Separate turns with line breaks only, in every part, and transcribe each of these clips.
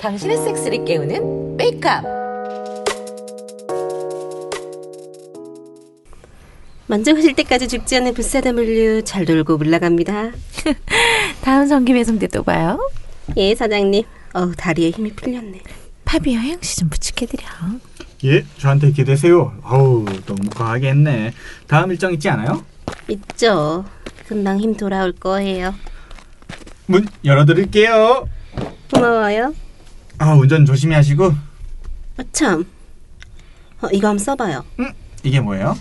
당신의 섹스를 깨우는 메이크업.
만져보실 때까지 죽지 않는 불사다 물류 잘 돌고 물러갑니다.
다음 성기배송 때 또 봐요.
예, 사장님. 어우, 다리에 힘이 풀렸네.
팝이 허영씨 좀 부축해드려.
예, 저한테 기대세요. 아우, 너무 과하게 했네. 다음 일정 있지 않아요?
있죠. 금방 힘 돌아올 거예요.
문 열어드릴게요.
고마워요.
아, 운전 조심히 하시고.
어, 참. 어, 이거 한번 써봐요.
음, 이게 뭐예요?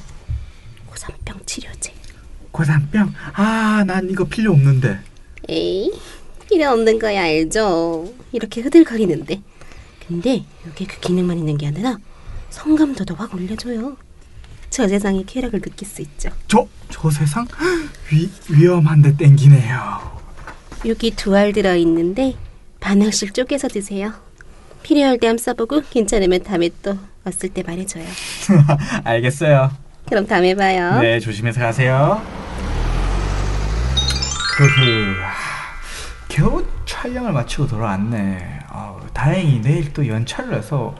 고산병 치료제.
고산병. 아, 난 이거 필요 없는데.
에이, 필요 없는 거야 알죠. 이렇게 흐들거리는데. 근데 이게 그 기능만 있는 게 아니라 성감도 더 확 올려줘요. 저 세상의 쾌락을 느낄 수 있죠.
저, 저 세상 위, 위험한데 땡기네요.
여기 두 알 들어있는데 반 알씩 쪼개서 드세요. 필요할 때 한번 써보고 괜찮으면 다음에 또 왔을 때 말해줘요.
알겠어요.
그럼 다음에 봐요.
네, 조심해서 가세요. 흐흐. 아, 겨우 촬영을 마치고 돌아왔네. 아우, 다행히 내일 또 연차를 내서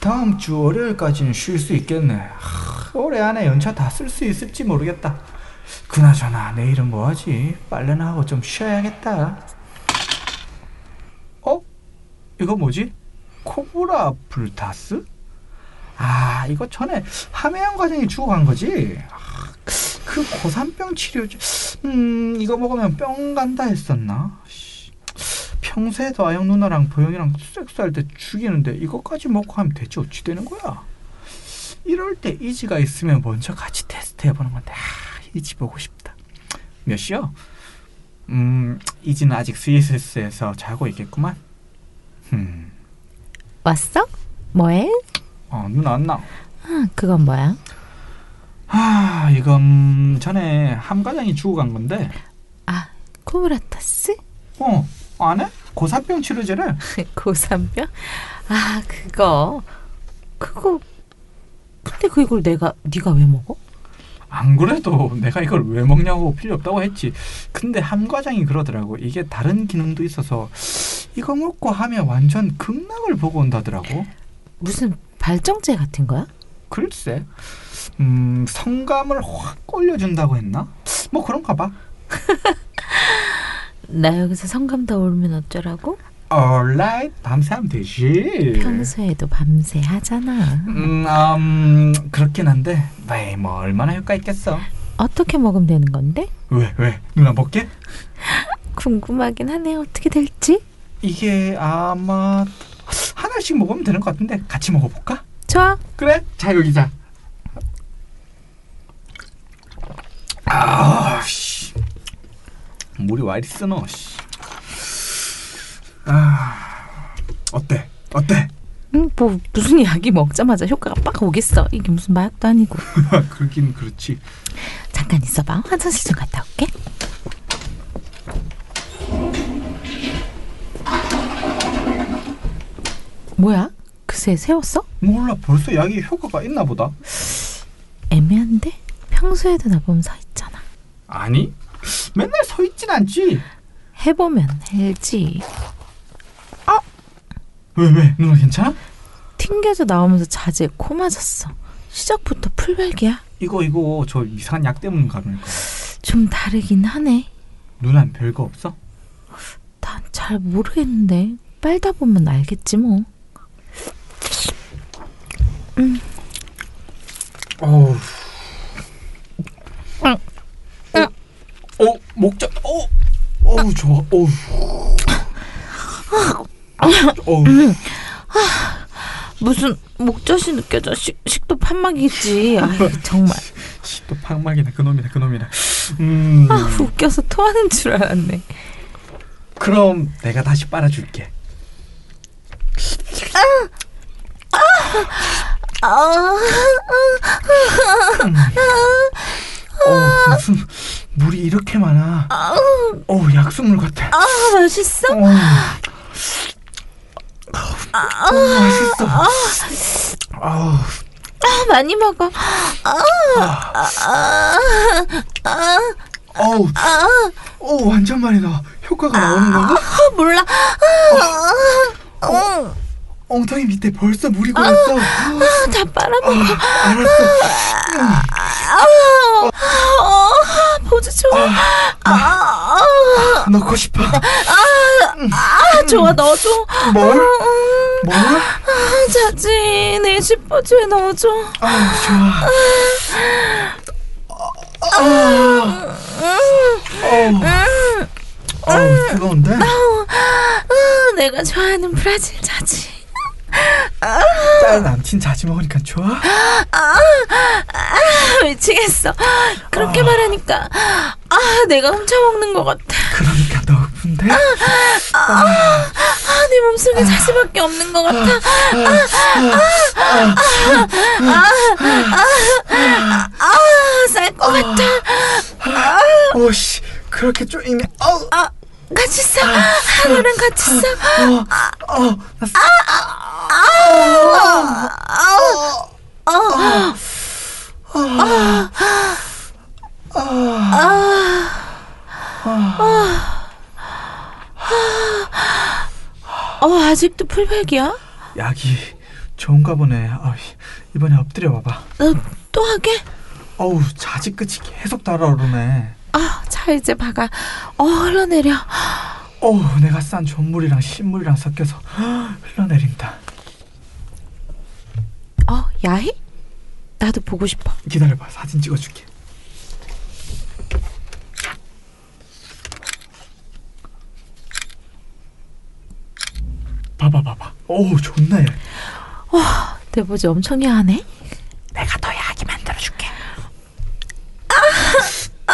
다음 주 월요일까지는 쉴 수 있겠네. 아, 올해 안에 연차 다 쓸 수 있을지 모르겠다. 그나저나 내일은 뭐하지? 빨래나 하고 좀 쉬어야겠다. 어? 이거 뭐지? 코브라 불타스? 아 이거 전에 함해양 과정이 주고 간 거지. 아, 그 고산병 치료제. 음 이거 먹으면 뿅 간다 했었나? 씨. 평소에도 아영 누나랑 보영이랑 섹스할 때 죽이는데 이것까지 먹고 하면 대체 어찌 되는 거야? 이럴 때 이지가 있으면 먼저 같이 테스트 해보는 건데 아, 이지 보고 싶다. 몇 시요? 음 이지는 아직 스위스에서 자고 있겠구만. 음,
왔어? 뭐해?
어, 누나 안 나.
아, 그건 뭐야?
아 이건 전에 함과장이 주고 간 건데
아, 코브라타스?
어 안 해? 고산병 치료제를
그 고산병? 아, 그거. 그거. 근데 그 이걸 내가, 네가 왜 먹어?
안 그래도 내가 이걸 왜 먹냐고 필요 없다고 했지 근데 함과장이 그러더라고 이게 다른 기능도 있어서 이거 먹고 하면 완전 극락을 보고 온다더라고
무슨 발정제 같은 거야?
글쎄 음 성감을 확 올려준다고 했나? 뭐 그런가 봐
나 여기서 성감 더 오르면 어쩌라고?
alright 밤새면 되지
평소에도 밤새 하잖아.
음, 아, 음 그렇긴 한데 에이 뭐 얼마나 효과 있겠어
어떻게 먹으면 되는 건데?
왜, 왜? 누나 먹게?
궁금하긴 하네. 어떻게 될지?
이게 아마 하나씩 먹으면 되는 것 같은데 같이 먹어볼까?
좋아.
그래? 자 여기자. 아, 씨. 물이 와 이리 쓰노. 씨. 아, 어때? 어때?
응, 뭐 무슨 약이 먹자마자 효과가 빡 오겠어. 이게 무슨 마약도 아니고.
그러긴 그렇지.
잠깐 있어봐. 화장실 좀 갔다 올게. 뭐야? 그새 세웠어?
몰라 벌써 약이 효과가 있나 보다.
애매한데? 평소에도 나 보면 서 있잖아.
아니, 맨날 서 있진 않지.
해보면 알지.
왜 왜? 누나 괜찮아?
튕겨져 나오면서 자제 코 맞았어. 시작부터 풀발기야.
이거 이거 저 이상한 약 때문인 가보니까. 그러니까.
좀 다르긴 하네.
누난 별거 없어?
난 잘 모르겠는데 빨다 보면 알겠지 뭐.
어우. 어, 어, 목젖. 어. 어우, 좋아. 어우. 아, 어우.
무슨 목젖이 느껴져 식, 식도 판막이지. 아이 정말.
씨, 또 팡막이네. 그놈이네. 그놈이네. 음.
아 웃겨서 토하는 줄 알았네.
그럼 내가 다시 빨아 줄게.
아,
어, 무슨 물이 이렇게 많아. 어우, 약수물 같아.
아 맛있어.
어우. 어, 맛있어. 아우.
아, 많이 먹어. 아,
아, 어우. 오 완전 말이다. 효과가 나오는 건가?
아, 몰라.
엉덩이 밑에 벌써 물이 고였어. 아,
다 빨아먹어.
알았어.
아, 보조 좋아. 아,
음, 넣고 싶어.
아, 좋아, 넣어줘. 음,
뭘? 뭘?
아, 자지, 내 10보조에 넣어줘. 음,
아 좋아. 아, 아,
음.
어, 어, 뜨거운데.
아, 내가 좋아하는 브라질 자지.
딸 남친 자지 먹으니까 좋아.
아, 미치겠어. 그렇게 말하니까, 아, 내가 훔쳐먹는 것 같아.
그러니까 너쁜데.
아, 내 몸속에 자지밖에 없는 것 같아. 아, 쌀 것 같아.
오씨 그렇게 쪼이면 어우
아, 같이 싸. 아, 너랑 같이 싸.
어우 나
어, 아직도 풀백이야?
약이 좋은가 보네. 아, 이번에 엎드려 봐봐.
나 또 하게?
어우 자지 끝이 계속 달아오르네.
아, 자, 이제 박아. 어, 흘러내려.
어우 내가 싼 전물이랑 신물이랑 섞여서 흘러내린다.
어, 야해? 나도 보고 싶어.
기다려봐 사진 찍어줄게. 봐봐 봐봐. 어우 존나 얇.
내 보지 엄청 야하네?
내가 더 야하게 만들어줄게.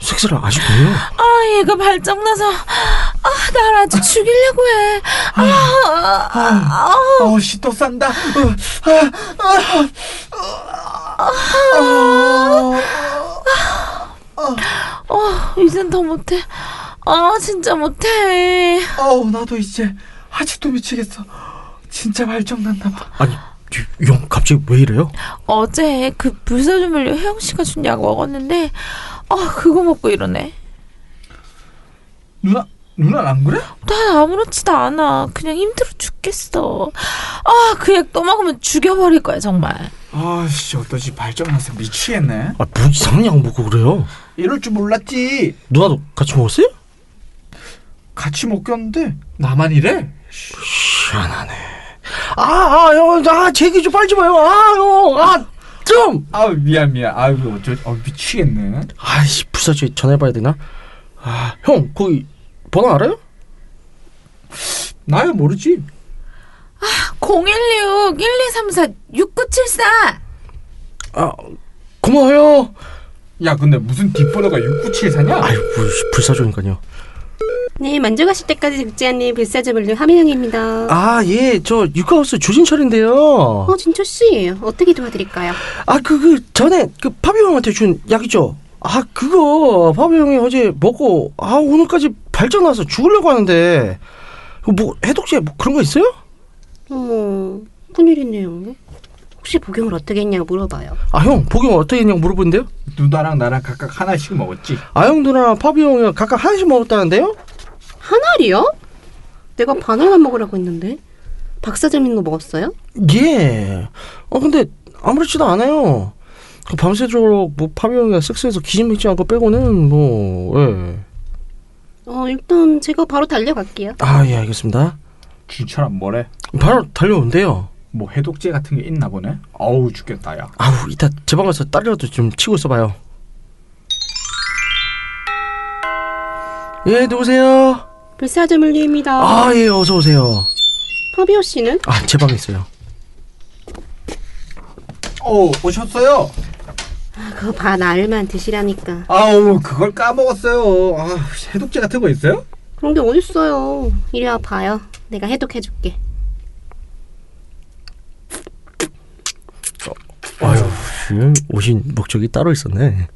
색소를 아직도 해요?
아, 얘가 발정나서. 아, 날 아주 죽이려고 해. 아, 아, 아,
어우 씨또 싼다. 어.
어, 이젠 더 못해. 아, 진짜 못해.
어우 나도 이제 아직도 미치겠어. 진짜 발정난다. 봐.
아니 이- 형 갑자기 왜 이래요?
어제 그 불사조물료 혜영 씨가 준 약 먹었는데, 아, 그거 먹고 이러네.
누나 누나 안 그래?
난 아무렇지도 않아. 그냥 힘들어 죽겠어. 아, 그 약 또 먹으면 죽여버릴 거야, 정말.
아씨 어떠지 발정났어 미치겠네.
아 뭐 이상한 약 먹고 그래요?
이럴 줄 몰랐지.
누나도 같이 먹었어요?
같이 못 꼈는데 나만 이래?
시원하네 아, 아아형나 제기 좀 빨지 마요 아, 아형아좀
아 미안 미안. 아유 어쩌 어 미치겠네.
아이씨 불사조에 전화해봐야 되나? 아형 거기 번호 알아요?
나야 모르지.
016 1234 6974.
아 고마워요
야 근데 무슨 뒷번호가 6974냐?
아유 뭐 이씨, 불사조니까요
네, 만족하실 때까지 국제안내 불사조물류 함혜영입니다.
아 예 저 육가우스 조진철인데요
어, 진철 씨, 어떻게 도와드릴까요?
아, 그, 그, 전에, 그, 파비 형한테 준 약이죠? 아, 그거, 파비 형이 어제 먹고, 아, 오늘까지 발전 나서 죽으려고 하는데, 이거 뭐, 해독제, 뭐, 그런 거 있어요?
어머, 큰일이네요. 혹시 복용을 어떻게 했냐고 물어봐요.
아, 형, 복용 어떻게 했냐고 물어보는데요?
누나랑 나랑 각각 하나씩 먹었지.
아, 형 누나랑 파비 형이 각각 하나씩 먹었다는데요?
한 알이요? 내가 반 알만 먹으라고 했는데. 박사점 있는 거 먹었어요?
예. 어, 근데, 아무렇지도 않아요. 그 밤새도록, 뭐, 파비 형이가 섹스해서 기진 맥지 않고 빼고는, 뭐, 예.
어, 일단 제가 바로 달려갈게요.
아, 예, 알겠습니다.
주철한 뭐래?
바로 달려오는데요.
뭐 해독제 같은 게 있나 보네. 아우 죽겠다 야.
아우, 이따 제 방 가서 딸이라도 좀 치고 있어봐요. 예, 누구세요?
불사조물류입니다.
아, 예, 어서 오세요.
파비오 씨는?
아, 제 방에 있어요.
어 오셨어요?
아, 그거 봐. 나 알만 드시라니까.
아우 그걸 까먹었어요. 아 해독제 같은 거 있어요?
그런 게 어딨어요. 이리 와 봐요. 내가 해독해줄게.
아유, 지금 오신 목적이 따로 있었네.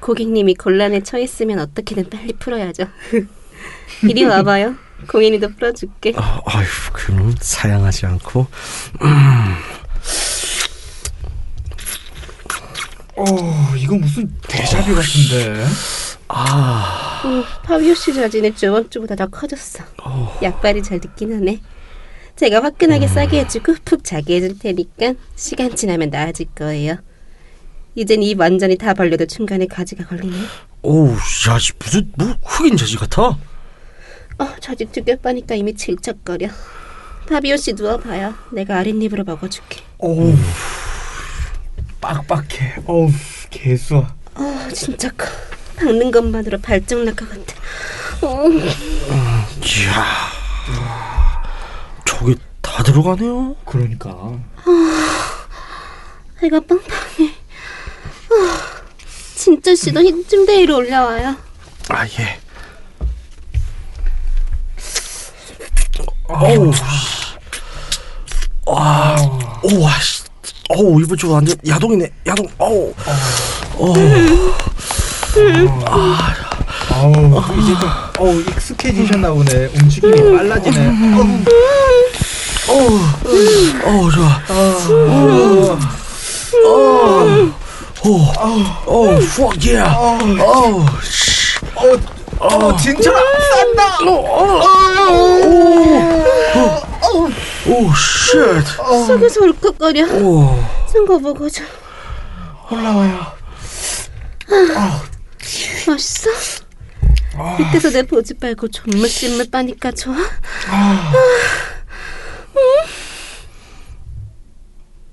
고객님이 곤란에 처했으면 어떻게든 빨리 풀어야죠. 이리 와봐요. 공인이도 풀어줄게.
아, 아유, 그럼 사양하지 않고.
어 이거 무슨 데자뷰 같은데.
아,
음, 파비오 씨 자진이 저번 주보다 더 커졌어. 약발이 잘 듣긴 하네. 제가 화끈하게 싸게 해주고 푹 자게 해줄 테니까 시간 지나면 나아질 거예요. 이젠 입 완전히 다 벌려도 중간에 가지가 걸리네.
오우, 야, 씨, 무슨 뭐 흑인 재질 같아?
어, 자지 튀겨빠니까 이미 질척거려. 파비오 씨 누워봐요. 내가 아랫입으로 먹어줄게.
어우 빡빡해. 어우 개수아.
어, 진짜 커. 박는 것만으로 발정 날것 같아. 어,
이야, 저게 다 들어가네요.
그러니까.
배가 빵빵해. 아, 진짜 씨도 힘좀대 위로 올라와요.
아, 예. 어우, 와, 오, 와, 아, 씨. 어우, 이번 주 완전 야동이네. 야동, 어우.
아우 이제 좀 어우 익숙해지셨나 보네. 움직임이 빨라지네. 어우.
어우, 어우, 좋아. 어, 어우, 어우, fuck yeah. 어우, 씨.
어, 어, 진철아, 싼다!
어, 어, 오, 오, shit.
어. 속에서 울컥거려.
오,
선거 보고 좀
올라와요.
멋있어? 밑에서 내 보지 말고 전물찜물 빠니까 좋아?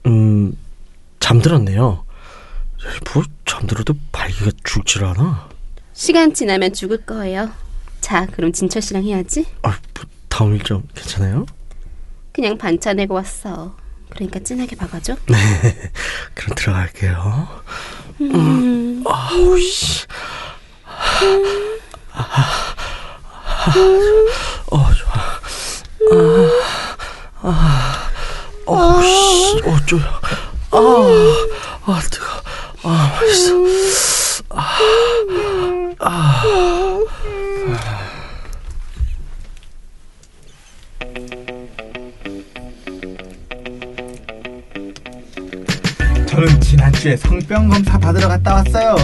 음, 잠들었네요. 야, 뭐 잠들어도 발기가 죽질 않아.
시간 지나면 죽을 거예요. 자, 그럼 진철 씨랑 해야지.
아, 뭐, 다음 일정 괜찮아요?
그냥 반차 내고 왔어. 그러니까 진하게 박아줘.
그럼 들어갈게요.
음,
아우 씨. 음. 아, 아, 아, 어 좋아. 아, 아, 어우 씨, 어쩌. 아, 아 뜨거. 아 맛있어.
저는 지난주에 성병 검사 받으러 갔다 왔어요.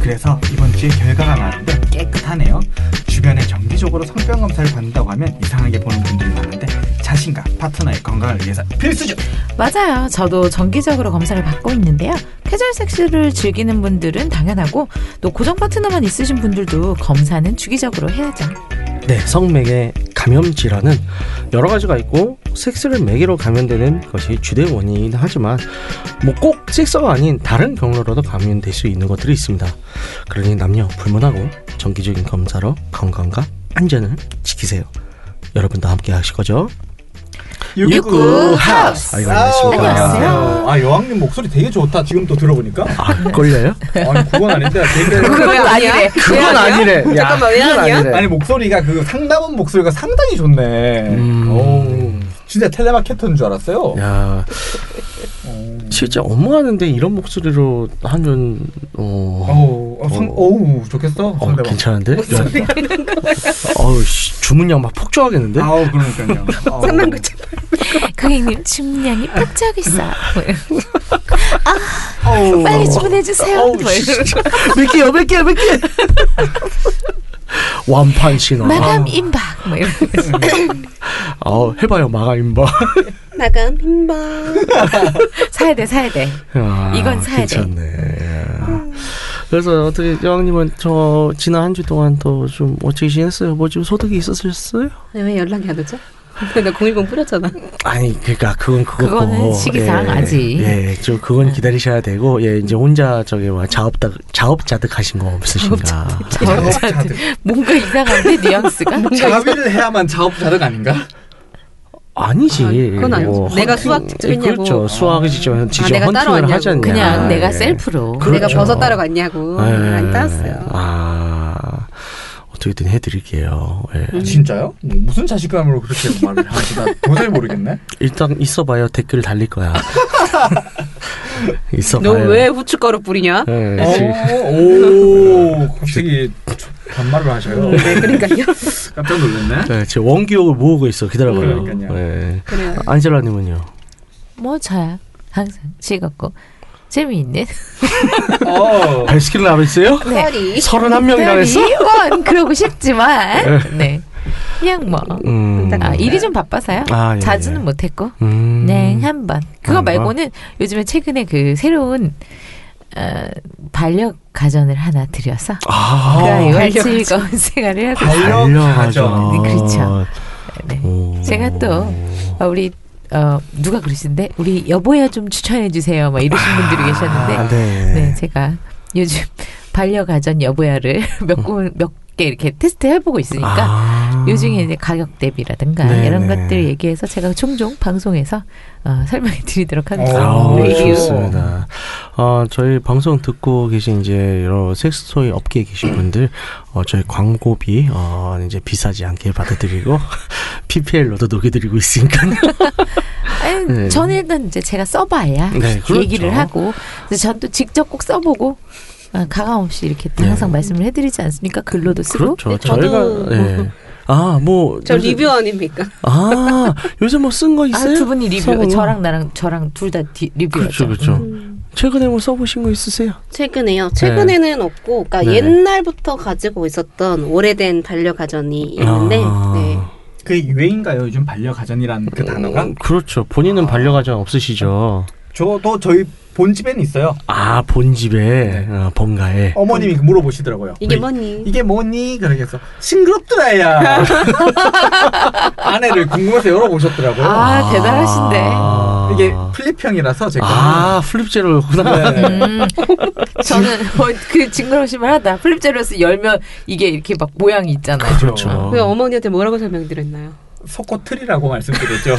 그래서 이번 주에 결과가 나왔는데 깨끗하네요. 주변에 정기적으로 성병 검사를 받는다고 하면 이상하게 보는 분들이 많은데 자신과 파트너의 건강을 위해서 필수죠.
맞아요. 저도 정기적으로 검사를 받고 있는데요. 캐주얼 섹스를 즐기는 분들은 당연하고 또 고정 파트너만 있으신 분들도 검사는 주기적으로 해야죠.
네, 성맥의 감염 질환은 여러 가지가 있고 섹스를 매개로 감염되는 것이 주된 원인이긴 하지만 뭐 꼭 섹스가 아닌 다른 경로로도 감염될 수 있는 것들이 있습니다. 그러니 남녀 불문하고 정기적인 검사로 건강과 안전을 지키세요. 여러분도 함께 하실 거죠?
육구 하우스.
아이고, 안녕하십니까.
안녕하세요.
아 여왕님 목소리 되게 좋다. 지금 또 들어보니까.
아, 걸려요?
아니 그건 아닌데 굉장히
그건 아니래.
그건 아니래.
잠깐만, 왜
그건
아니야?
아니래.
아니 목소리가 그 상담원 목소리가 상당히 좋네.
음.
오, 진짜 텔레마케터인 줄 알았어요.
야, 실제 업무하는데 이런 목소리로 하면 어,
어우, 어, 성, 어우, 좋겠어.
어
상대방.
괜찮은데? 어우 씨, 주문량 막 폭주하겠는데?
네? 아우, 그러니까요. 아우.
3만 9천.
고객님 주문량이
아.
뭐 폭주하고 있어.
아우.
빨리 주문해 주세요. 뭐
어우, 진짜. 몇 개요, 몇 개요, 몇 개. 완판 신호.
마감 임박. 뭐 이런.
어, 해봐요, 마감인바.
나감 빈방.
사야 돼, 사야 돼. 이건 사야 돼.
괜찮네. 야. 그래서 어떻게 여왕님은 저 지난 한 주 동안 또 좀 어떻게 지냈어요? 뭐 좀 소득이 있으셨어요?
왜 연락이 안 오죠? 나010 뿌렸잖아.
아니 그러니까 그건 그거고
그거는 시기상
예,
아직.
예, 좀 그건 기다리셔야 되고 예 이제 혼자 저기 뭐 자업다 자업자득하신 거 없으신가?
자업자득.
뭔가 이상한데 뉘앙스가.
자비를 해야만 자업자득 아닌가?
아니지.
아, 그건 아니지.
뭐
내가
학교-
수학 직접했냐고. 아,
그렇죠. 수학을 직접 직접
내가 따로
헌팅을
왔냐고.
하지 않냐.
그냥
아,
내가
예.
셀프로.
그-
내가
그렇죠.
버섯 따러 갔냐고
예.
안 따왔어요.
아 어떻게든 해드릴게요. 예.
음. 아, 진짜요? 뭐 무슨 자신감으로 그렇게 말을 하는지 나 도저히 모르겠네.
일단 있어봐요. 댓글 달릴 거야.
너
있어봐요.
왜 어? 후춧가루 뿌리냐?
예,
네,
지금-
오, 오, 갑자기 반말을 하셔요.
네, 그러니까요.
깜짝 놀랐네.
네, 지금 원기옥을 모으고 있어. 기다려봐요.
그러니까요.
예.
그래요.
안젤라님은요.
뭐 저야 항상 즐겁고 재미있는.
어,
발스킬을 안 했어요?
허리. 네.
31명이나 했어?
원 그러고 싶지만 네 그냥 뭐
음.
아, 일이 좀 바빠서요.
아, 예,
자주는
예.
못했고
음.
네, 한 번. 그거
한 번?
말고는 요즘에 최근에 그 새로운 어, 반려 가전을 하나 들여서
아,
그아이와
반려가전.
즐거운 생활을 하고
반려가죠.
네, 그렇죠. 네.
오.
제가 또 아, 우리 어, 누가 그러신데 우리 여보야 좀 추천해 주세요. 막 이러신 분들이
아,
계셨는데
네.
네, 제가 요즘 반려가전 여보야를 몇개 이렇게 테스트 해보고 있으니까
아.
요즘에 이제 가격 대비라든가
네네.
이런 것들 얘기해서 제가 종종 방송에서 어, 설명해 드리도록 하겠습니다.
아,
레이디오.
좋습니다. 어, 저희 방송 듣고 계신 이제 여러 섹스토이 업계에 계신 분들, 어, 저희 광고비, 어, 이제 비싸지 않게 받아드리고, PPL로도 녹여드리고 있으니까.
네, 아니,
네.
저는 일단 이제 제가 써봐야
네, 그렇죠.
얘기를 하고 전또 직접 꼭 써보고 어, 가감없이 이렇게 또
네.
항상 말씀을 해드리지 않습니까? 글로도 쓰고
그렇죠.
저도-
저희가, 예. 아, 뭐.
저
요새-
리뷰 아닙니까?
아, 요새 뭐 쓴 거 있어요?
아, 두 분이 리뷰
써본 거?
저랑 나랑 저랑 둘 다
그렇죠,
리뷰였죠.
그렇죠. 최근에 뭐 써보신 거 있으세요?
음, 최근에요. 최근에는 없고, 그러니까
네.
옛날부터 가지고 있었던 오래된 반려가전이
예,
있는데,
아.
네.
그 유행인가요? 요즘 반려가전이라는 그 단어가?
음, 그렇죠. 본인은 반려가전 없으시죠?
저도 저희 본집에는 있어요. 그
아, 본집에, 어, 본가에.
어머님이 물어보시더라고요.
이게
네.
뭐니?
이게 뭐니? 그러겠어. 싱그럽더라야. 아내를 궁금해서 열어보셨더라고요.
아, 대단하신데.
아.
이게 플립형이라서 제가
아, 플립제로구나.
네.
음, 저는 뭐, 그 징그러우시면 하다. 플립제로스 열면 이게 이렇게 막 모양이 있잖아요.
그렇죠.
그 어머니한테 뭐라고 설명드렸나요?
속고틀이라고 말씀드렸죠.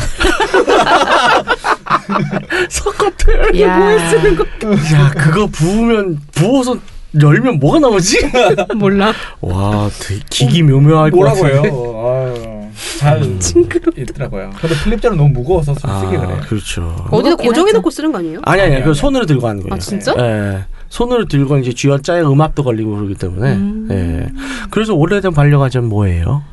석가틀.
야.
야, 그거 부으면 부어서 열면 뭐가 나오지?
몰라.
와, 되게 기기 묘묘할 것
뭐라고
같은데.
해요? 아유, 잘 있더라고요. 근데 플립자는 너무 무거워서 좀
음. 아,
쓰기 그래요.
그렇죠.
어디다
무겁긴
고정해놓고 쓰는 거 아니에요?
아니 아니,
아니,
그
아니.
손으로 들고 하는 거예요.
아, 진짜?
예. 손으로 들고 이제 쥐어짜야 음압도 걸리고 그러기 때문에. 예. 그래서 오래된 반려가전 뭐예요?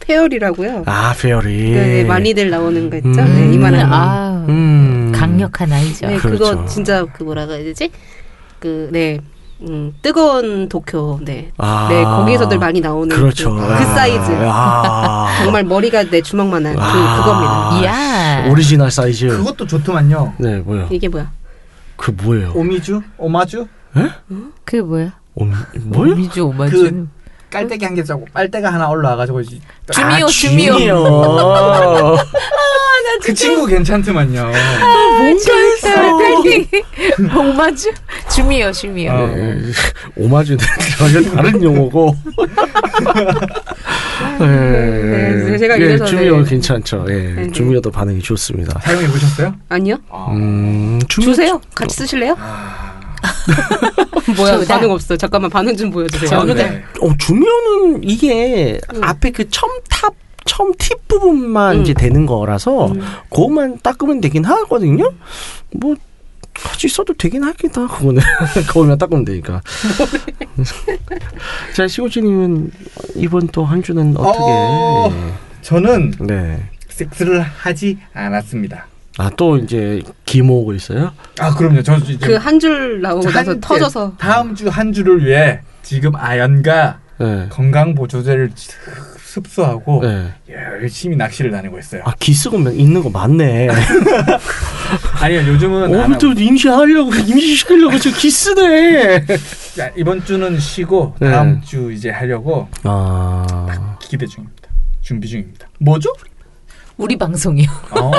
페어리라고요.
아, 페어리.
네, 많이들 나오는 거 있죠?
음.
네, 이만한. 거.
아,
음.
강력한 아이죠.
네,
그렇죠.
그거 진짜 그 뭐라고 해야 되지? 그, 네. 음, 뜨거운 도쿄, 네.
아.
네, 거기에서들 많이 나오는
그렇죠.
그, 그 사이즈.
아.
정말 머리가 내 주먹만 한 그,
아.
그겁니다.
이야.
오리지널 사이즈.
그것도 좋더만요.
네, 뭐요?
이게 뭐야?
그 뭐예요?
오미주, 오마주,
그게 뭐야?
옴, 뭐요?
미주 오마주.
그- 깔때기 한 개 짜고 빨대가 하나 올라와가지고 이제
주미오,
아,
주미오.
주미오.
그 친구 괜찮더만요.
아.
뭔가 했어. 오마주? 주미요, 주미요.
어.
예, 오마주는 전혀 다른 용어고. 예,
네, 제가
예,
이래서,
주미오
네.
괜찮죠. 예,
네.
주미오도 반응이 좋습니다.
사용해 보셨어요?
아니요?
음, 주미오
주세요.
어.
같이 쓰실래요?
아.
뭐야?
저다.
반응 없어. 잠깐만 반응 좀
네.
아,
보여주세요.
저는-
네.
어, 주면은 이게 앞에 그 첨탑 첨팁 부분만
음.
이제 되는 거라서 그것만 닦으면 되긴 하거든요. 뭐 같이 써도 되긴 하겠다 그거는 거울만 닦으면 되니까. 자 시고치님은 이번 또 한 주는 어떻게?
어. 저는
네.
섹스를 하지 않았습니다.
아 또 이제 기 모으고 있어요?
아 그럼요. 저 이제
그 한 줄 나오고 나서
한-
터져서
다음 주 한 주를 위해 지금 아연과
네.
건강 보조제를 흡수하고
네.
열심히 낚시를 다니고 있어요.
아기 쓰고 있는 거 맞네.
아니요 요즘은 안 하고
오늘도 임시하려고 임시시키려고 지금 기 쓰네.
야, 이번 주는 쉬고
네.
다음 주 이제 하려고
아.
기대 중입니다. 준비 중입니다. 뭐죠?
우리 방송이요.
어.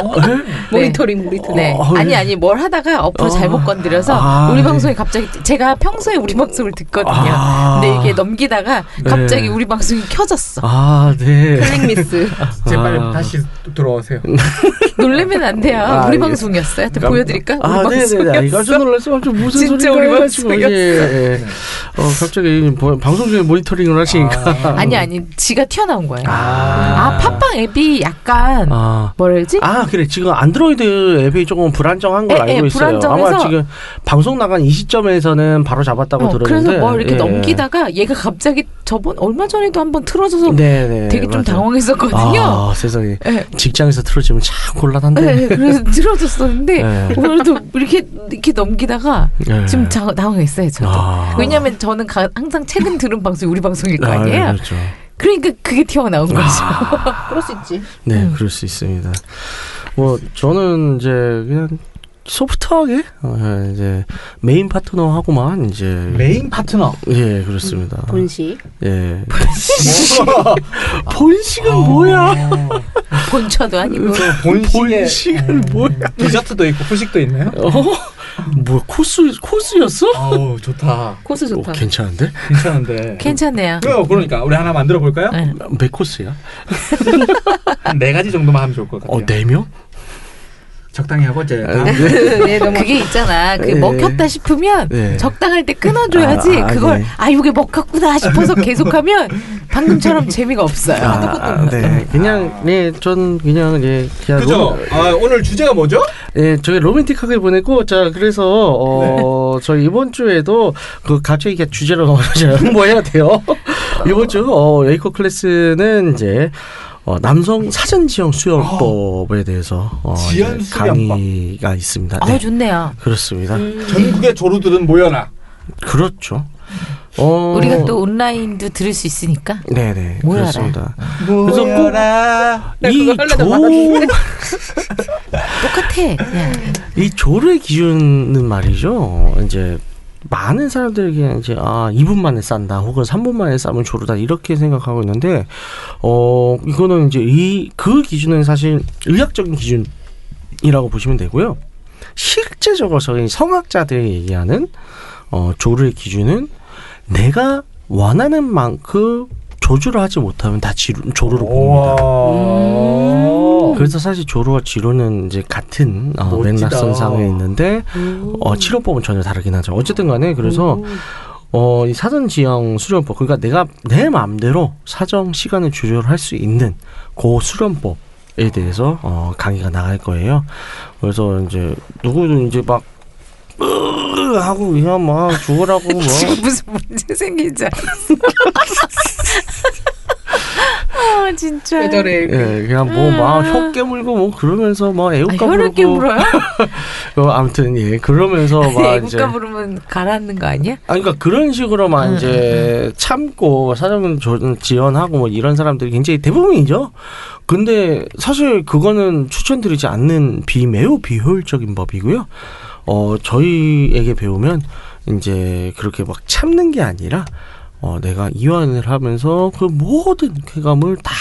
모니터링 모니터링.
네.
어,
아니 아니 뭘 하다가 어플
어.
잘못 건드려서
아,
우리
네.
방송이 갑자기 제가 평소에 우리 방송을 듣거든요.
아.
근데 이게 넘기다가 갑자기
네.
우리 방송이 켜졌어.
아, 네.
플랭미스.
제발
아.
다시 돌아오세요.
놀래면 안 돼요.
아,
우리
알겠습니다.
방송이었어요. 하여튼 보여드릴까? 우리
아, 네네네. 아,
방송이었어.
이거 깜짝 놀랐어. 아, 저 무슨
진짜
소리인가
우리
해가지고,
방송이었어.
예, 예. 어, 갑자기 보- 방송 중에 모니터링을 하시니까.
아니 아니 지가 튀어나온 거예요. 아,
아,
팟빵 앱이 약간
아.
뭐랄지?
아, 그래. 지금 안드로이드 앱이 조금 불안정한 걸
예,
알고
예,
있어요.
불안정해서-
아마 지금 방송 나간 이 시점에서는 바로 잡았다고
어,
들었는데.
그래서 뭘 이렇게
예.
넘기다가 얘가 갑자기 저번 얼마 전에도 한번 틀어줘서
네네.
되게 좀
맞아요.
당황했었거든요.
아, 세상에.
예.
직장에서 틀어지면 참 곤란한데.
네, 그래서 틀어줬었는데
네.
오늘도 이렇게 이렇게 넘기다가
네.
지금 자, 당황했어요 저도.
아.
왜냐하면 저는 가- 항상 최근 들은 방송이 우리 방송일 거
아,
아니에요.
그렇죠.
그러니까 그게 튀어나온 거죠.
그럴 수 있지.
네, 그럴 수 있습니다. 뭐 저는 이제 그냥 소프트하게 어, 이제 메인 파트너하고만 이제
메인 파트너.
예 그렇습니다.
본식.
예 뭐? 본식은 뭐야?
본처도 아니고.
어.
네.
본식에 네.
본식은 뭐야?
디저트도 있고 후식도 있나요?
어? 뭐야 코스 코스였어?
아우 좋다.
코스
어,
좋다.
괜찮은데
괜찮은데.
괜찮네요.
어, 그러니까 우리 하나 만들어 볼까요?
네.
몇 코스야?
한 네 가지 정도만 하면 좋을 것 같아요.
어네 아, 명?
적당히 하고 이제 다음.
네, 너무
그게 있잖아. 그
네.
먹혔다 싶으면
네.
적당할 때 끊어줘야지.
아, 아,
그걸
네.
아 이게 먹혔구나 싶어서 계속하면 방금처럼 재미가 없어요.
아, 아, 네 그냥 네전 그냥 예 그냥
그죠? 아, 오늘 주제가 뭐죠?
예, 저희 로맨틱하게 보냈고, 자, 그래서, 어,
네.
저희 이번 주에도, 그, 갑자기 이게 주제로 넘어가자면 뭐 해야 돼요? 이번 주, 어, 에이코 클래스는 이제, 어, 남성 사전 지형 수영법에 대해서, 어, 이제
지연 수련법.
강의가 있습니다.
아우
네,
좋네요.
그렇습니다.
음.
전국의 조루들은 모여라.
그렇죠. 어,
우리가 또 온라인도 들을 수 있으니까.
네네.
모여라.
그렇습니다. 그래서 꼭-
모여라.
이 조,
똑같아. 그냥.
이 조르의 기준은 말이죠. 이제 많은 사람들이 그냥 이제 아 2분만에 싼다 혹은 3분만에 싸면 조르다 이렇게 생각하고 있는데 어 이거는 이제 이 그 기준은 사실 의학적인 기준이라고 보시면 되고요. 실제적으로 저희 성학자들이 얘기하는 어 조르의 기준은 내가 원하는 만큼 그 조주를 하지 못하면 다 지루, 조르로 봅니다.
음.
오.
그래서 사실 조로와 지로는 이제 같은 어,
멋지다.
맥락선상에 있는데
음.
어, 치료법은 전혀 다르긴 하죠. 어쨌든 간에 그래서 어, 이 사전 지형 수련법 그러니까 내가 내 마음대로 사정 시간을 조절할 수 있는 그 수련법에 대해서 어, 강의가 나갈 거예요. 그래서 이제 누구는 이제 막 으으으 하고 그냥 막 죽으라고 뭐, 막
지금 무슨 문제 생기지 않았어? 아 진짜.
왜 저래.
예, 그냥 뭐 막 혀 깨물고 뭐 그러면서 막
음. 아,
애국가
혀를
부르고
깨물어요?
어, 아무튼 예 그러면서 막 이제
애국가 부르면 가라앉는 거 아니야?
아, 그러니까 그런 식으로만
음,
이제 참고 뭐 사정 조- 지원하고 뭐 이런 사람들이 굉장히 대부분이죠. 근데 사실 그거는 추천드리지 않는 비 매우 비효율적인 법이고요. 어 저희에게 배우면 이제 그렇게 막 참는 게 아니라 어 내가 이완을 하면서 그 모든 쾌감을 다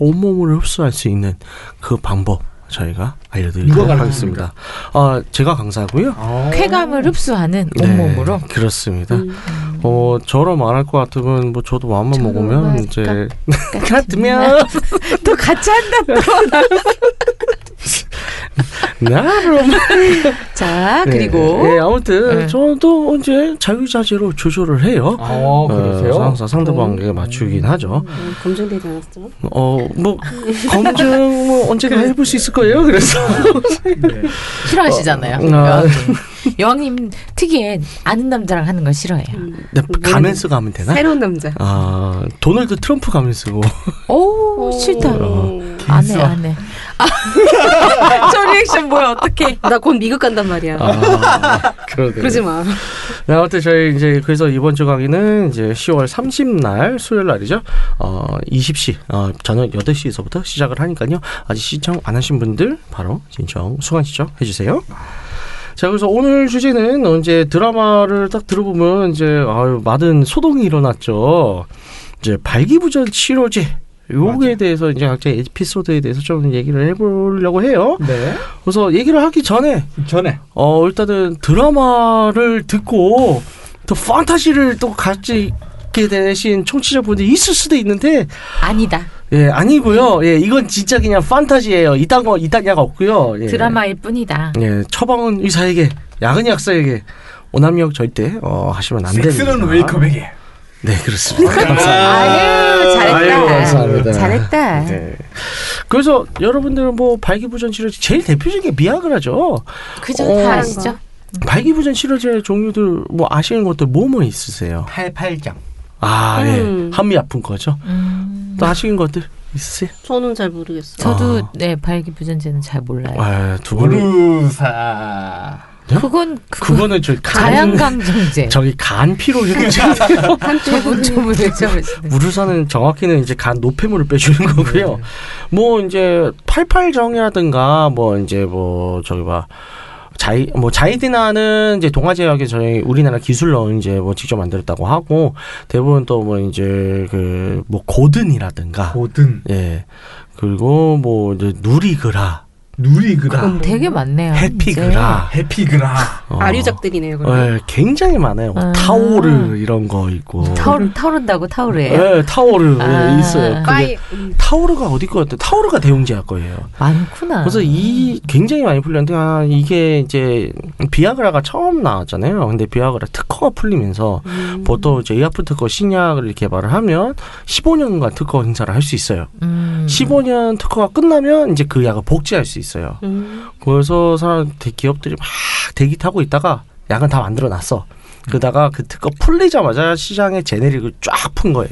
온몸으로 흡수할 수 있는 그 방법 저희가 알려드리도록
네.
누가
하겠습니다. 아 제가 강사고요.
어.
음. 쾌감을 흡수하는
네,
온몸으로. 음.
그렇습니다. 어 저러 말할 것 같으면 뭐 저도 마음만
저러
먹으면
말할
이제
같으면 또 같이 한다.
나름
자 그리고
네, 아무튼
네.
저도 이제 자유자재로 조절을 해요.
어, 그러세요?
어, 항상 상대방에게 맞추긴 하죠.
네.
음, 검증되지 않았어?
어 뭐
음.
검증 뭐 언제나 해볼 수 있을 거예요. 그래서
네.
싫어하시잖아요.
어, 아.
여왕님. 여왕님 특이해 아는 남자랑 하는 걸 싫어해요.
네, 가면 쓰고 하면 되나?
새로운 남자.
아 도널드 트럼프 가면 쓰고
오 싫다.
어,
음.
안해 안해. 저 리액션 뭐야 어떡해.
나곧 미국 간단 말이야.
아 그러네.
그러지 마.
네, 아무튼 저희 이제 그래서 이번 주 강의는 이제 10월 30날 수요일 날이죠. 어 20시 어, 저녁 8시에서부터 시작을 하니까요. 아직 신청 안 하신 분들 바로 신청 수강 신청 해주세요. 자 그래서 오늘 주제는 어, 이제 드라마를 딱 들어보면 이제 아유 많은 소동이 일어났죠. 이제 발기부전 치료제. 요거에
맞아요.
대해서 이제 각자 에피소드에 대해서 좀 얘기를 해보려고 해요.
네.
그래서 얘기를 하기 전에
전에
어 일단은 드라마를 듣고 또 판타지를 또 가지게 되신 청취자분들이 있을 수도 있는데
아니다.
예 아니고요 예 이건 진짜 그냥 판타지예요 이딴 거 이딴 약 없고요 예.
드라마일 뿐이다.
예 처방은 의사에게 약은 약사에게 오남역 절대 어 하시면 안 됩니다
섹스는 웨이컴에게.
네 그렇습니다 감사합니다
아유,
아유,
잘했다.
감사합니다
그러니까. 예. 잘했다.
네. 그래서 여러분들은 뭐 발기부전 치료제 제일 대표적인 게 비아그라죠
그죠?
어.
다 아시죠?
발기부전 치료제 종류들 뭐 아시는 것들 뭐뭐 있으세요?
팔팔장.
아,
음.
예. 한미 아픈 거죠.
음.
또 하시는 것들 있으세요?
저는 잘 모르겠어요.
저도
아.
네 발기부전제는 잘 몰라요.
아, 두 분은
오르사.
그건 그건
그거는 저 간,
자양감정제.
저기 간 피로 회복제.
한쪽은 좀을 외쳐보시는.
우르사는 정확히는 이제 간 노폐물을
음.
빼주는 거고요. 뭐 이제 팔팔정이라든가 뭐 이제 뭐 저기 봐. 자이 뭐 자이디나는 이제 동아제약에 저희 우리나라 기술로 이제 뭐 직접 만들었다고 하고 대부분 또 뭐 이제 그 뭐 고든이라든가
고든.
예 그리고 뭐 이제 누리그라
누리그라.
음, 되게 많네요.
해피그라
해피그라.
어,
아, 아류작들이네요. 그럼.
예, 굉장히 많아요. 뭐
아.
타오르 이런 거 있고.
이제. 타올 타오른다고 타오르예요.
예, 타오르 예,
아.
있어요. 그게
빠이 음,
타오르가 어디 거 같아? 타오르가 대용제약 거예요.
아.
많구나.
그래서 이 굉장히 많이 풀렸는데 아, 이게 이제 비아그라가 처음 나왔잖아요. 근데 비아그라 특허가 풀리면서
음.
보통 이제 의약품 특허 신약을 개발을 하면 15년간 특허 행사를 할 수 있어요.
음.
15년 특허가 끝나면 이제 그 약을 복제할 수 있어요.
음.
그래서 사람 대- 기업들이 막 대기 타고 있다가 약은 다 만들어 놨어. 그러다가 그 특허 풀리자마자 시장에 제네릭을 쫙 푼 거예요.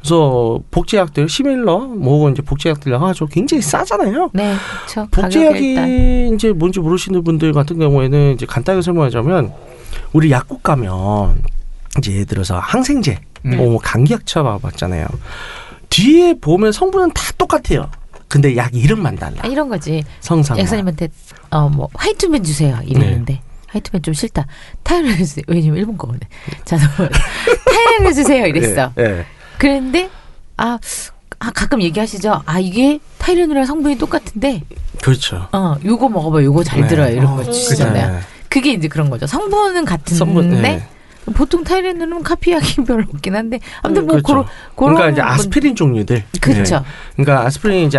그래서 복제약들 시밀러 뭐 이제 복제약들 나가지고 굉장히 싸잖아요.
네, 그렇죠. 가격이 일단
복제약이 이제 뭔지 모르시는 분들 같은 경우에는 이제 간단하게 설명하자면 우리 약국 가면 이제 예를 들어서 항생제,
음.
뭐 감기약차 맞잖아요. 뒤에 보면 성분은 다 똑같아요. 근데 약 이름만 달라.
아, 이런 거지.
성상.
약사님한테 어 뭐 화이트맨 주세요 이랬는데
네.
화이트맨 좀 싫다 타이레놀 주세요 왜냐면 일본 거거든 자 뭐, 타이레놀 주세요 이랬어
예, 예.
그런데 아, 아 가끔 얘기하시죠 아 이게 타이레놀이랑 성분이 똑같은데
그렇죠.
어 요거 먹어봐 요거 잘
네.
들어요 이런
아,
거
그치.
주시잖아요
네.
그게 이제 그런 거죠 성분은 같은데
성분, 네.
보통 타이레놀은 카피약이 별로 없긴 한데 아무튼 뭐
그렇죠.
그런 그런
그러니까 이제
건-
아스피린 종류들.
그렇죠
네. 그러니까 아스피린이 이제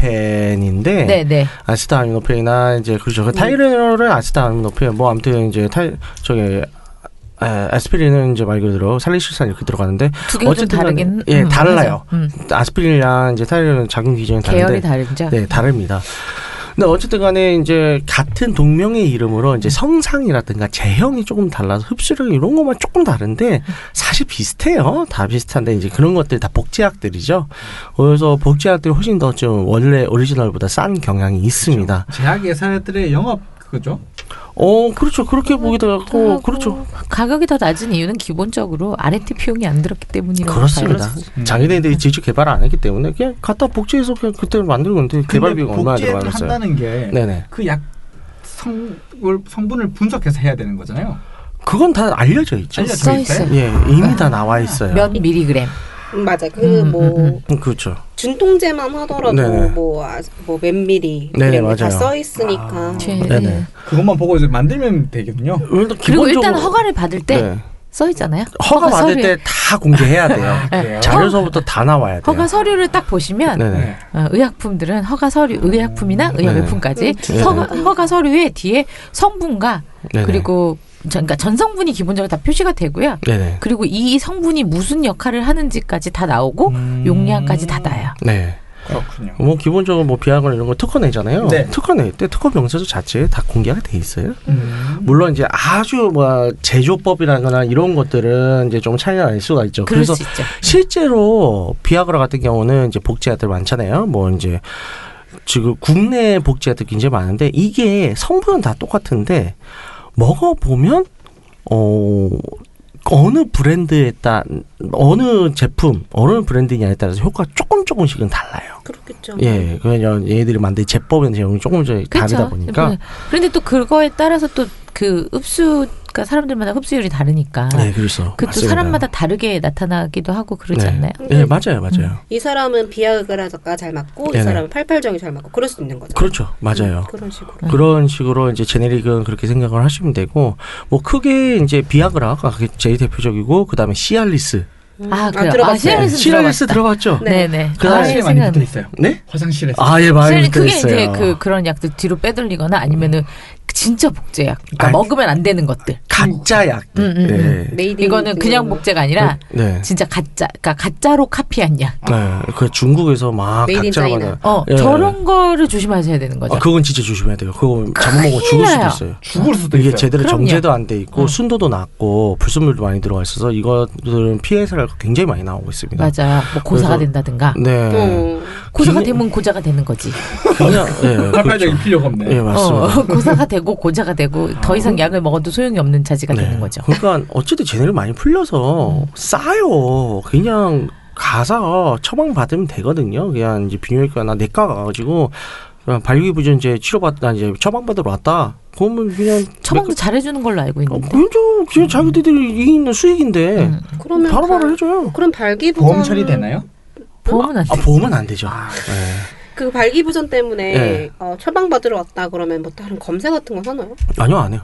아세트아미노펜인데
네네 네.
아세트아미노펜이나 이제 그렇죠. 그 타이레놀은 아세트아미노펜 뭐 아무튼 이제 타 저기 아, 아스피린은 이제 말 그대로 살리실산 이렇게 들어가는데
두 개가 좀
어쨌든 간에-
다르긴
예,
음,
달라요.
그죠? 음,
아스피린이랑 이제 타이레놀은 작용 기전이
계열이
다른데
다르죠
네, 다릅니다. 근데 어쨌든 간에 이제 같은 동명의 이름으로 이제 성상이라든가 제형이 조금 달라서 흡수력 이런 것만 조금 다른데 사실 비슷해요. 다 비슷한데 이제 그런 것들이 다 복제약들이죠. 그래서 복제약들이 훨씬 더 좀 원래 오리지널보다 싼 경향이 있습니다.
제약 예산들의 영업 그거죠.
어, 그렇죠. 그렇게 보기도 하고,
하고
그렇죠.
가격이 더 낮은 이유는 기본적으로 R&D 비용이 안 들었기 때문이라고
그렇습니다.
봐요.
음.
자기네들이 직접 개발 안 했기 때문에 그냥 갖다 복제해서 그냥 그때 만들고 있는데 개발비가
근데
얼마나
복제를
들어가겠어요?
한다는 게
네네.
그 약 성을 성분을 분석해서 해야 되는 거잖아요.
그건 다 알려져 있죠.
알려져
써
있어요?
있어요.
예, 이미 다 나와 있어요.
몇 미리그램.
맞아
음,
그 뭐
음, 음.
음, 그렇죠.
준통제만
네네.
하더라도 뭐뭐몇 미리
네네, 맞아요.
다써 있으니까
아.
최-
네네.
그것만 보고 이제 만들면 되거든요.
일단
그리고
기본적으로
일단 허가를 받을 때 써
네.
있잖아요.
허가 받을
서류에-
때 다 공개해야 돼요.
네.
그래요?
자료서부터 다 나와야 돼요.
허가 서류를 딱 보시면
네네.
네.
어, 의약품들은 허가 서류, 의약품이나 의약외품까지
네.
허가, 허가 서류에 뒤에 성분과
네네.
그리고 전, 그러니까 전 성분이 기본적으로 다 표시가 되고요.
네네.
그리고 이 성분이 무슨 역할을 하는지까지 다 나오고
음.
용량까지 다 나요.
네.
그렇군요.
뭐 기본적으로 뭐 비약을 이런 거 특허 내잖아요.
네.
특허 낼때 특허 명세서 자체에 다 공개가 돼 있어요.
음.
물론 이제 아주 뭐 제조법이라거나 이런 것들은 이제 좀 차이가 날 수가 있죠.
그럴
그래서
수 있죠.
실제로 비아그라 같은 경우는 이제 복제약들 많잖아요. 뭐 이제 지금 국내 복제약들 굉장히 많은데 이게 성분은 다 똑같은데 먹어 보면 어 어느 브랜드에 따 어느 제품 어느 브랜드냐에 따라서 효과가 조금 조금씩은 달라요.
그렇겠죠.
예, 그냥 얘들이 만든 제법의 내용이 조금 씩
그렇죠? 네. 그쵸?
다르다 보니까
그런데 또 그거에 따라서 또 그 흡수 그러니까 사람들마다 흡수율이 다르니까
네, 그래서
그 또
맞습니다.
사람마다 다르게 나타나기도 하고 그러지
네.
않나요? 음.
네, 맞아요, 맞아요.
이 사람은 비아그라가 잘 맞고
네네.
이 사람은 팔팔정이 잘 맞고 그럴 수도 있는 거죠. 음,
그렇죠, 맞아요.
그런 식으로.
네.
그런 식으로 이제 제네릭은 그렇게 생각을 하시면 되고 뭐 크게 이제 비아그라가 제일 대표적이고 그다음에 시알리스 네,
아, 그래요. 아,
들어봤어요.
시알리스
시알리스
들어봤다.
들어봤죠?
네.
네네.
그
아,
화장실에 많이
생각났네.
붙어 있어요.
네?
화장실에서.
아예 많이
사실 그게
들었어요. 음.
이제 그 그런 약들 뒤로 빼돌리거나 아니면은 진짜 복제약. 그러니까
아,
먹으면 안 되는 것들.
가짜 약.
음, 음, 음.
네.
메이드 인
이거는 그냥
뭐.
복제가 아니라
네.
진짜 가짜, 그러니까 가짜로 카피한 약.
네. 그 중국에서 막
메이드 인
각자로
차이나.
받아.
어,
예.
저런 거를 조심하셔야 되는 거죠.
아, 그건 진짜 조심해야 돼요. 그거 잘못먹으면 죽을 수도
나요.
있어요.
죽을 수도
이게
있어요.
제대로
그럼요. 어.
정제도 안 돼 있고
응.
순도도 낮고 불순물도 많이 들어가 있어서 이것들은 피해 사례가 굉장히 많이 나오고 있습니다.
맞아요. 뭐 고사가
그래서-
된다든가.
네.
어.
고사가
김-
되면 고자가 되는 거지.
그냥 예. 그렇죠.
발발적인 필요가 없네.
예, 맞습니다. 아, 그-
어, 고사가 되고 고자가 되고 더 이상 약을 먹어도 소용이 없는 자지가 되는 거죠.
그러니까 어쨌든 쟤네를 많이 풀려서 싸요. 그냥 가서 처방 받으면 되거든요. 그냥 이제 비뇨기과나 내과 가가지고 그냥 발기부전제 치료받다 이제 처방받으러 왔다. 그러면 그냥
처방도 잘해주는 걸로 알고
어,
있는데.
그죠? 그냥 자기들이 있는 수익인데
음.
그러면
바로바로
발-
해줘요.
그럼 발기부전
보험 처리되나요?
보험은 안
아
돼.
보험은 안 되죠. 네.
그 발기부전 때문에
예.
어, 처방 받으러 왔다 그러면 뭐 다른 검사 같은 건 하나요?
아니요 안 해요.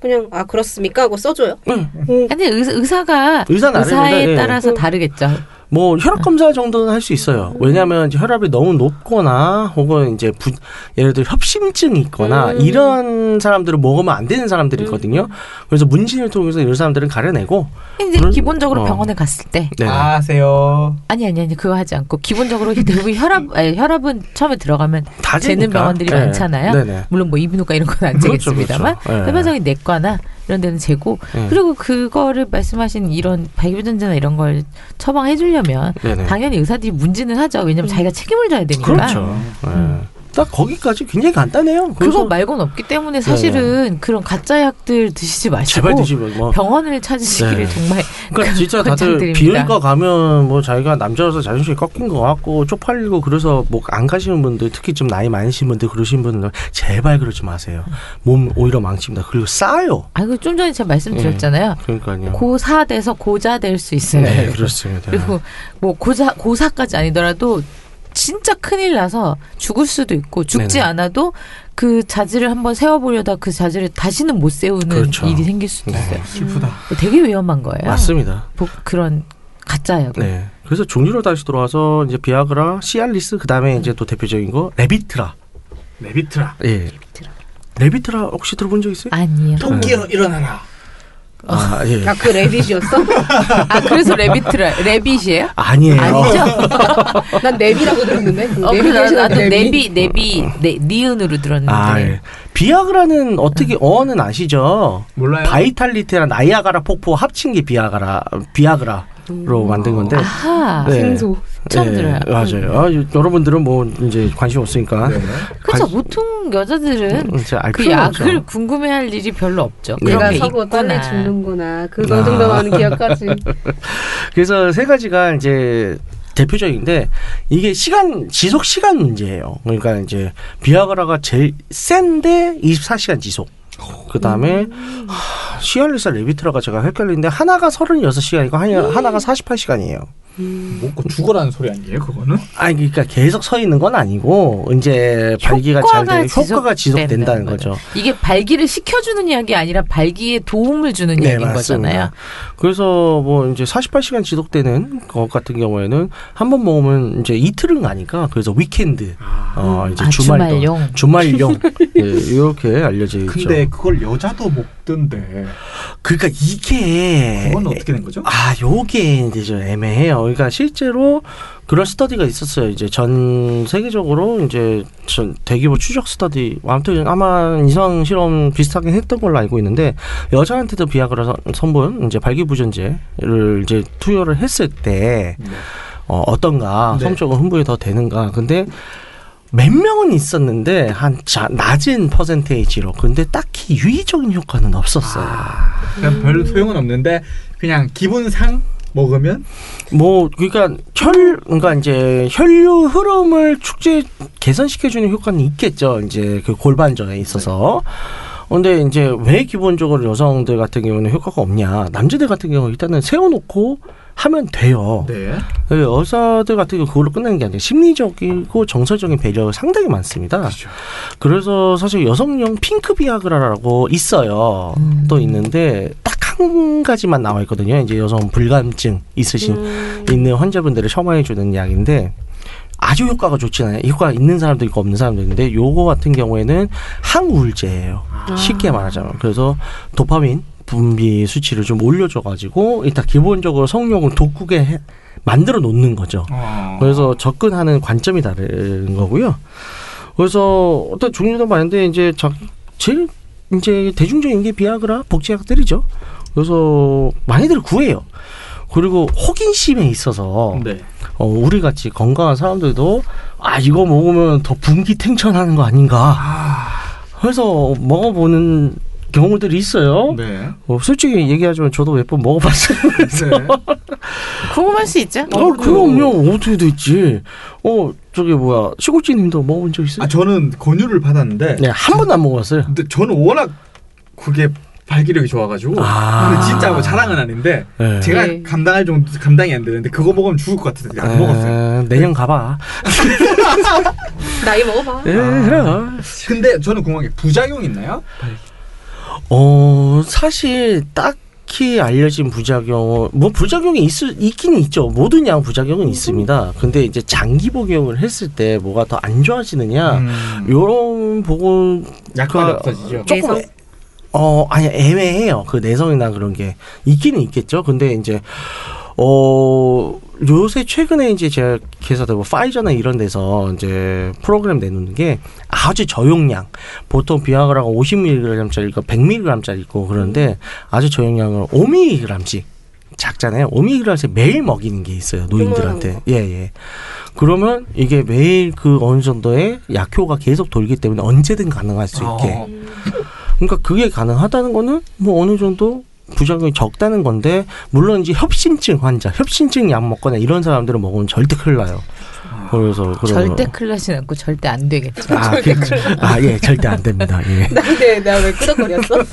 그냥 아 그렇습니까 하고 써줘요.
네.
음.
아니 의사, 의사가
의사는 안 해요.
의사에
네.
따라서
음.
다르겠죠.
뭐 혈압 검사 정도는 할 수 있어요.
음.
왜냐하면 이제 혈압이 너무 높거나 혹은 이제 부- 예를 들어 협심증이 있거나
음.
이런 사람들을 먹으면 안 되는 사람들이
음.
있거든요. 그래서 문진을 통해서 이런 사람들은 가려내고
이제
그런-
기본적으로
어.
병원에 갔을 때
네.
아세요.
아니 아니 아니 그거 하지 않고 기본적으로 대부분 혈압 아니, 혈압은 처음에 들어가면
다
재는
되니까.
병원들이
네.
많잖아요.
네네.
물론 뭐 이비인후과 이런 건 안
그렇죠,
재겠습니다만
그렇죠. 예.
일반적인 내과나 이런 데는 재고
예.
네. 그리고 그거를 말씀하신 이런 발기부전제나 이런 걸 처방해 주려면
네네.
당연히 의사들이 문제는 하죠. 왜냐면 자기가 책임을 져야 되니까.
그렇죠. 예. 딱 거기까지 굉장히 간단해요.
음. 그거
그래서 네,
말고는 없기 때문에 사실은 그런 가짜 약들 드시지 마시고
제발 드시면 뭐
병원을 찾으시기를
네.
정말
그러니까 진짜 다들
권장드립니다.
비뇨기과 가면 뭐 자기가 남자로서 자존심이 꺾인 것 같고 쪽팔리고 그래서 뭐 안 가시는 분들 특히 좀 나이 많으신 분들 그러신 분들 제발 그러지 마세요. 몸 오히려 망칩니다. 그리고 싸요.
아, 그좀 전에 제가 말씀드렸잖아요.
그러니까요.
고사 돼서 고자 될 수 있어요.
네, 그렇습니다.
그리고 뭐 고사 고사까지 아니더라도 진짜 큰일 나서 죽을 수도 있고 죽지
네네.
않아도 그 자질을 한번 세워보려다 그 자질을 다시는 못 세우는
그렇죠.
일이 생길 수도
네.
있어요.
슬프다.
되게 위험한 거예요.
맞습니다.
복- 그런 가짜예요.
네. 그래서 종류로 다시 돌아와서 이제 비아그라, 시알리스 그다음에 이제 또 대표적인 거 레비트라.
레비트라.
예. 레비트라. 레비트라 혹시 들어본 적 있어요?
아니요.
토끼여 일어나라.
아, 예.
아 그 레빗이었어?
아 그래서 레비트라 레빗이에요?
아니에요.
아니죠.
난 내비라고 들었는데 그
어, 그래 나도,
내비게이션
나도
내비.
네비 네비 네, 니은으로 들었는데.
아, 예. 비아그라는 어떻게
음.
어는 아시죠?
몰라요.
바이탈리티랑 나이아가라 폭포 합친 게 비아가라 비아그라로 만든 건데.
음. 아하.
네.
생소.
처음 들어요.
맞아요. 아, 요- 여러분들은 뭐 이제 관심 없으니까.
네.
그렇죠.
관-
보통 여자들은
음, 제가 알
그
필요가
약을
없죠.
궁금해할 일이 별로 없죠.
네.
그런
내가
게
서고 떨래
있구나.
죽는구나. 그
아.
정도만 기억하지.
그래서 세 가지가 이제 대표적인데 이게 시간 지속 시간 문제예요. 그러니까 이제 비아그라가 제일 센데 24시간 지속. 그 다음에 시알리사 레비트라가 제가 헷갈리는데 하나가 36시간이고
예.
하나가 48시간이에요.
먹고 죽어라는 소리 아니에요, 그거는?
아니 그러니까 계속 서 있는 건 아니고 이제 발기가 잘
효과가
되는 효과가
지속된다는
지속된다는
거죠.
거죠.
이게 발기를 시켜주는 약이 아니라 발기에 도움을 주는
네,
약인 거잖아요.
그래서 뭐 이제 48시간 지속되는 것 같은 경우에는 한 번 먹으면 이제 이틀은 가니까 그래서 위켄드, 어 이제
아,
주말도
주말용.
주말용 예, 이렇게 알려져 있죠.
근데 그걸 여자도 먹던데.
그러니까 이게
그건 어떻게 된 거죠?
네. 아, 요게 이제 좀 애매해요. 그러니까 실제로 그런 스터디가 있었어요. 이제 전 세계적으로 이제 전 대규모 추적 스터디 뭐 아무튼 아마 이상 실험 비슷하게 했던 걸로 알고 있는데 여자한테도 비아그라 선- 선본 이제 발기부전제를 이제 투여를 했을 때
네.
어, 어떤가
네.
성적인 흥분이 더 되는가 근데 몇 명은 있었는데 한 자- 낮은 퍼센테이지로 근데 딱히 유의적인 효과는 없었어요.
아, 그냥 별 소용은 없는데 그냥 기분상 먹으면
뭐 그러니까 혈 그러니까 이제 혈류
네.
흐름을 축제 개선시켜 주는 효과는 있겠죠. 이제 그 골반전에 있어서 근데 이제 왜 기본적으로 여성들 같은 경우는 효과가 없냐? 남자들 같은 경우 일단은 세워놓고 하면 돼요.
네.
네, 여자들 같은 경우 그걸로 끝나는 게 아니라 심리적이고 정서적인 배려가 상당히 많습니다.
그렇죠.
그래서 사실 여성용 핑크 비아그라라고 있어요. 또 있는데 딱 한 가지만 나와 있거든요. 이제 여성 불감증 있으신 있는 환자분들을 셔마해 주는 약인데 아주 효과가 좋진 않아요. 효과가 있는 사람도 있고 없는 사람도 있는데 요거 같은 경우에는 항우울제예요. 쉽게 말하자면. 그래서 도파민 분비 수치를 좀 올려줘 가지고 일단 기본적으로 성욕을 돋구게 해- 만들어 놓는 거죠.
어.
그래서 접근하는 관점이 다른 거고요. 그래서 어떤 종류도 많은데 이제 자- 제일 이제 대중적인 게 비아그라 복제약들이죠. 그래서 많이들 구해요. 그리고 호기심에 있어서
네.
어, 우리 같이 건강한 사람들도 아 이거 먹으면 더 분기탱천하는 거 아닌가.
아,
그래서 먹어보는 경우들이 있어요.
네.
어, 솔직히 얘기하자면 저도 몇 번 먹어봤어요.
네.
궁금할 수 있죠.
어, 그럼요. 어떻게 됐지? 어, 저기 뭐야. 시골지님도 먹어본 적 있어요?
아 저는 권유를 받았는데
네, 한 번도 안 먹어봤어요.
근데 저는 워낙 그게 발기력이 좋아가지고
아.
근데 진짜 뭐 자랑은 아닌데
네.
제가
네.
감당할 정도 감당이 안 되는데 그거 먹으면 죽을 것 같아서 그냥
네.
안 먹었어요.
에, 내년 가봐.
나이 먹어봐.
예, 그래.
근데 저는 궁금한 게 부작용 있나요?
어, 사실 딱히 알려진 부작용은 뭐 부작용이 있, 있긴 있죠. 모든 양 부작용은 있습니다. 근데 이제 장기 복용을 했을 때 뭐가 더 안 좋아지느냐
음,
요런 부분
약관이
그-
없어지죠.
조금
내성?
애- 어 아니 애매해요 그 내성이나 그런 게 있기는 있겠죠 근데 이제 어 요새 최근에 이제 제가 기사들 뭐 파이저나 이런 데서 이제 프로그램 내놓는 게 아주 저용량 보통 비아그라가 50mg짜리가 100mg짜리 있고 그런데 아주 저용량을 5mg씩 작잖아요. 5mg씩 매일 먹이는 게 있어요 노인들한테. 예예. 그러면 이게 매일 그 어느 정도의 약효가 계속 돌기 때문에 언제든 가능할 수 있게.
어,
그러니까 그게 가능하다는 거는 뭐 어느 정도 부작용이 적다는 건데 물론 이제 협심증 환자, 협심증 약 먹거나 이런 사람들은 먹으면 절대 큰일 나요. 그래서 그러면-
절대 큰일 나진 않고 절대 안 되겠죠.
아, 그- 아, 예, 절대 안 됩니다. 예.
네.
나이대 네, 나왜 끄덕거렸어?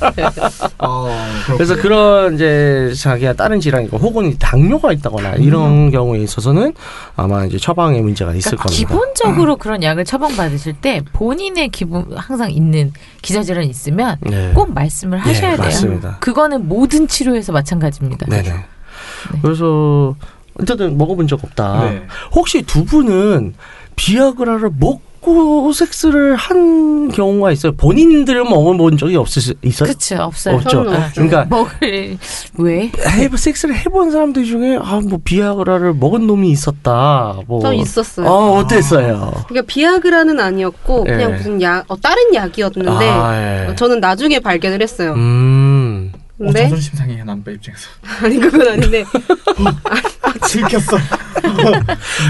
어, 그렇-
그래서 그런 이제 자기가 다른 질환이고 혹은 당뇨가 있다거나 이런 경우에 있어서는 아마 이제 처방에 문제가 있을
음. 그러니까
겁니다. 음.
기본적으로 그런 약을 처방받으실 때 본인의 기분 항상 있는 기저질환이 있으면
네.
꼭 말씀을 하셔야 돼요.
맞습니다.
그거는 모든 치료에서 마찬가지입니다.
네네. 그래서 일단은 먹어본 적 없다.
네.
혹시 두 분은 비아그라를 먹고 섹스를 한 경우가 있어요? 본인들은 뭐 먹어본 적이 없을 수 있어요?
그렇죠. 없어요.
없죠.
저는 없어요.
그러니까
먹을 왜?
해, 섹스를 해본 사람들 중에 아 뭐 비아그라를 먹은 놈이 있었다. 뭐.
저 있었어요.
어 어땠어요?
그러니까 비아그라는 아니었고 그냥
예.
무슨 약, 어, 다른 약이었는데
아, 예.
어, 저는 나중에 발견을 했어요.
음.
어,
네.
근데
자존심 상해 남자 입장에서
아니 그건 아닌데
아,
즐겼어.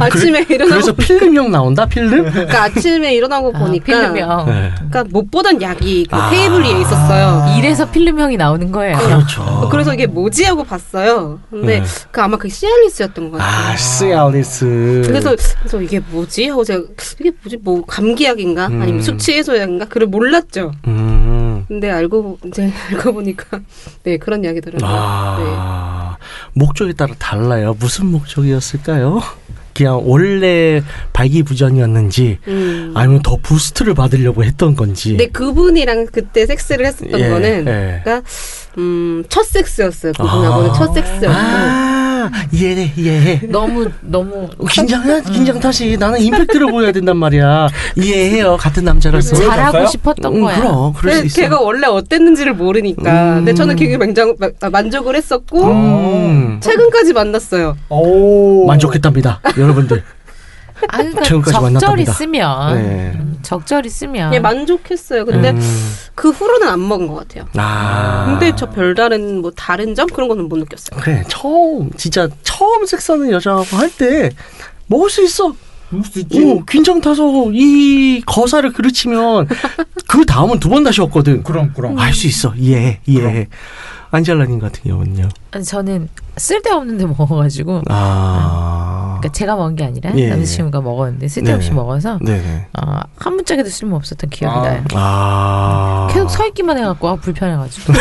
아침에
그래서
일어나고
필름형 나온다. 필름?
그러니까 아침에 일어나고
아,
보니까
필름형.
네.
그러니까 못 보던 약이 그
아.
테이블 위에 있었어요.
이래서 필름형이 나오는 거예요.
그렇죠.
어, 그래서 이게 뭐지 하고 봤어요. 근데
네.
그 아마 그 시알리스였던 것 같아요.
아, 스알리스.
그래서 그래서 이게 뭐지 하고 제가 이게 뭐지 뭐 감기약인가
음.
아니면 숙취 해소약인가 그걸 몰랐죠.
음.
근데 알고 보- 이제 알고 보니까 네 그런 이야기더라고요.
아,
네.
목적에 따라 달라요. 무슨 목적이었을까요? 그냥 원래 발기부전이었는지
네. 음. 네,
아니면 더 부스트를 받으려고 했던 건지.
근데 그분이랑 그때 섹스를 했었던
예,
거는
예.
그러니까 음, 첫 섹스였어요. 그분하고는
아.
첫 섹스였고
아, 이해해, 이해해.
너무 너무
긴장해, 긴장 탓이. 나는 임팩트를 보여야 된단 말이야. 이해해요, 같은
네.
남자로서.
그래서
잘하고
보여줬어요?
싶었던
음,
거야.
그럼, 그럴 수
근데
있어.
네, 걔가 원래 어땠는지를 모르니까. 근데
음.
저는 되게 굉장히 마- 만족을 했었고
음,
최근까지 만났어요.
오.
만족했답니다, 여러분들.
아, 그러니까
최근까지
적절히
만났답니다.
아.
쓰면
네.
음, 적절히 쓰면
예, 만족했어요. 근데
아. 음,
그 후로는 안 먹은 것 같아요.
아.
근데 저 별다른 뭐 다른 점 그런 거는 못 느꼈어요.
그래 처음 진짜 처음 섹스하는 여자하고 할 때 먹을 수 있어.
먹을 음, 수 있지.
예.
오, 균장 타서 이 거사를 그르치면 그 다음은 두 번 다시 없거든.
그럼
음. 아,
그럼.
할 수 있어. 예, 이해해. 이해해. 안젤라님 같은 경우는요. 네.
저는 쓸데없는데 먹어가지고
아.
그러니까 제가 먹은 게 아니라
예,
남자친구가 먹었는데 쓸데없이
네.
먹어서
네네.
어, 한 문짝에도 쓸모 없었던 기억이
아.
나요.
아.
계속 서 있기만 해갖고 아, 불편해가지고.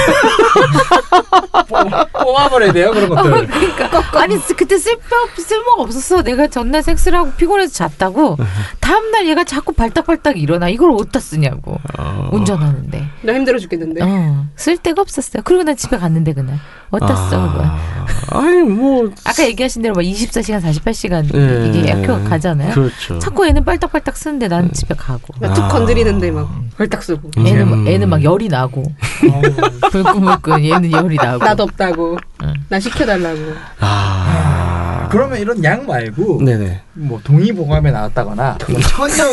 뽑아버려야 돼요 그런 것들.
그러니까 아니 쓰- 그때 쓸모 쓸모가 없었어. 내가 전날 섹스를 하고 피곤해서 잤다고. 다음 날 얘가 자꾸 발딱발딱 일어나. 이걸 어디다 쓰냐고.
어.
운전하는데.
나 힘들어
네.
죽겠는데.
어, 쓸 데가 없었어요. 그리고 난 집에 갔는데 그날 어디다 써? 아.
아. 아니 뭐.
아까 얘기하신 대로 막 24시간, 48시간
예.
이게 약효가 가잖아요.
그렇죠. 네.
자꾸 애는 빨딱빨딱 쓰는데 난 집에 가고.
아.
나 툭 건드리는데 막 벌딱 쓰고.
음.
애는 막- 애는 막 열이 나고
어.
불끈불끈 얘는 열이 나고.
나 덥다고. 나 시켜달라고.
아.
그러면 이런 양 말고
네네.
뭐 동의보감에 나왔다거나 뭐 천연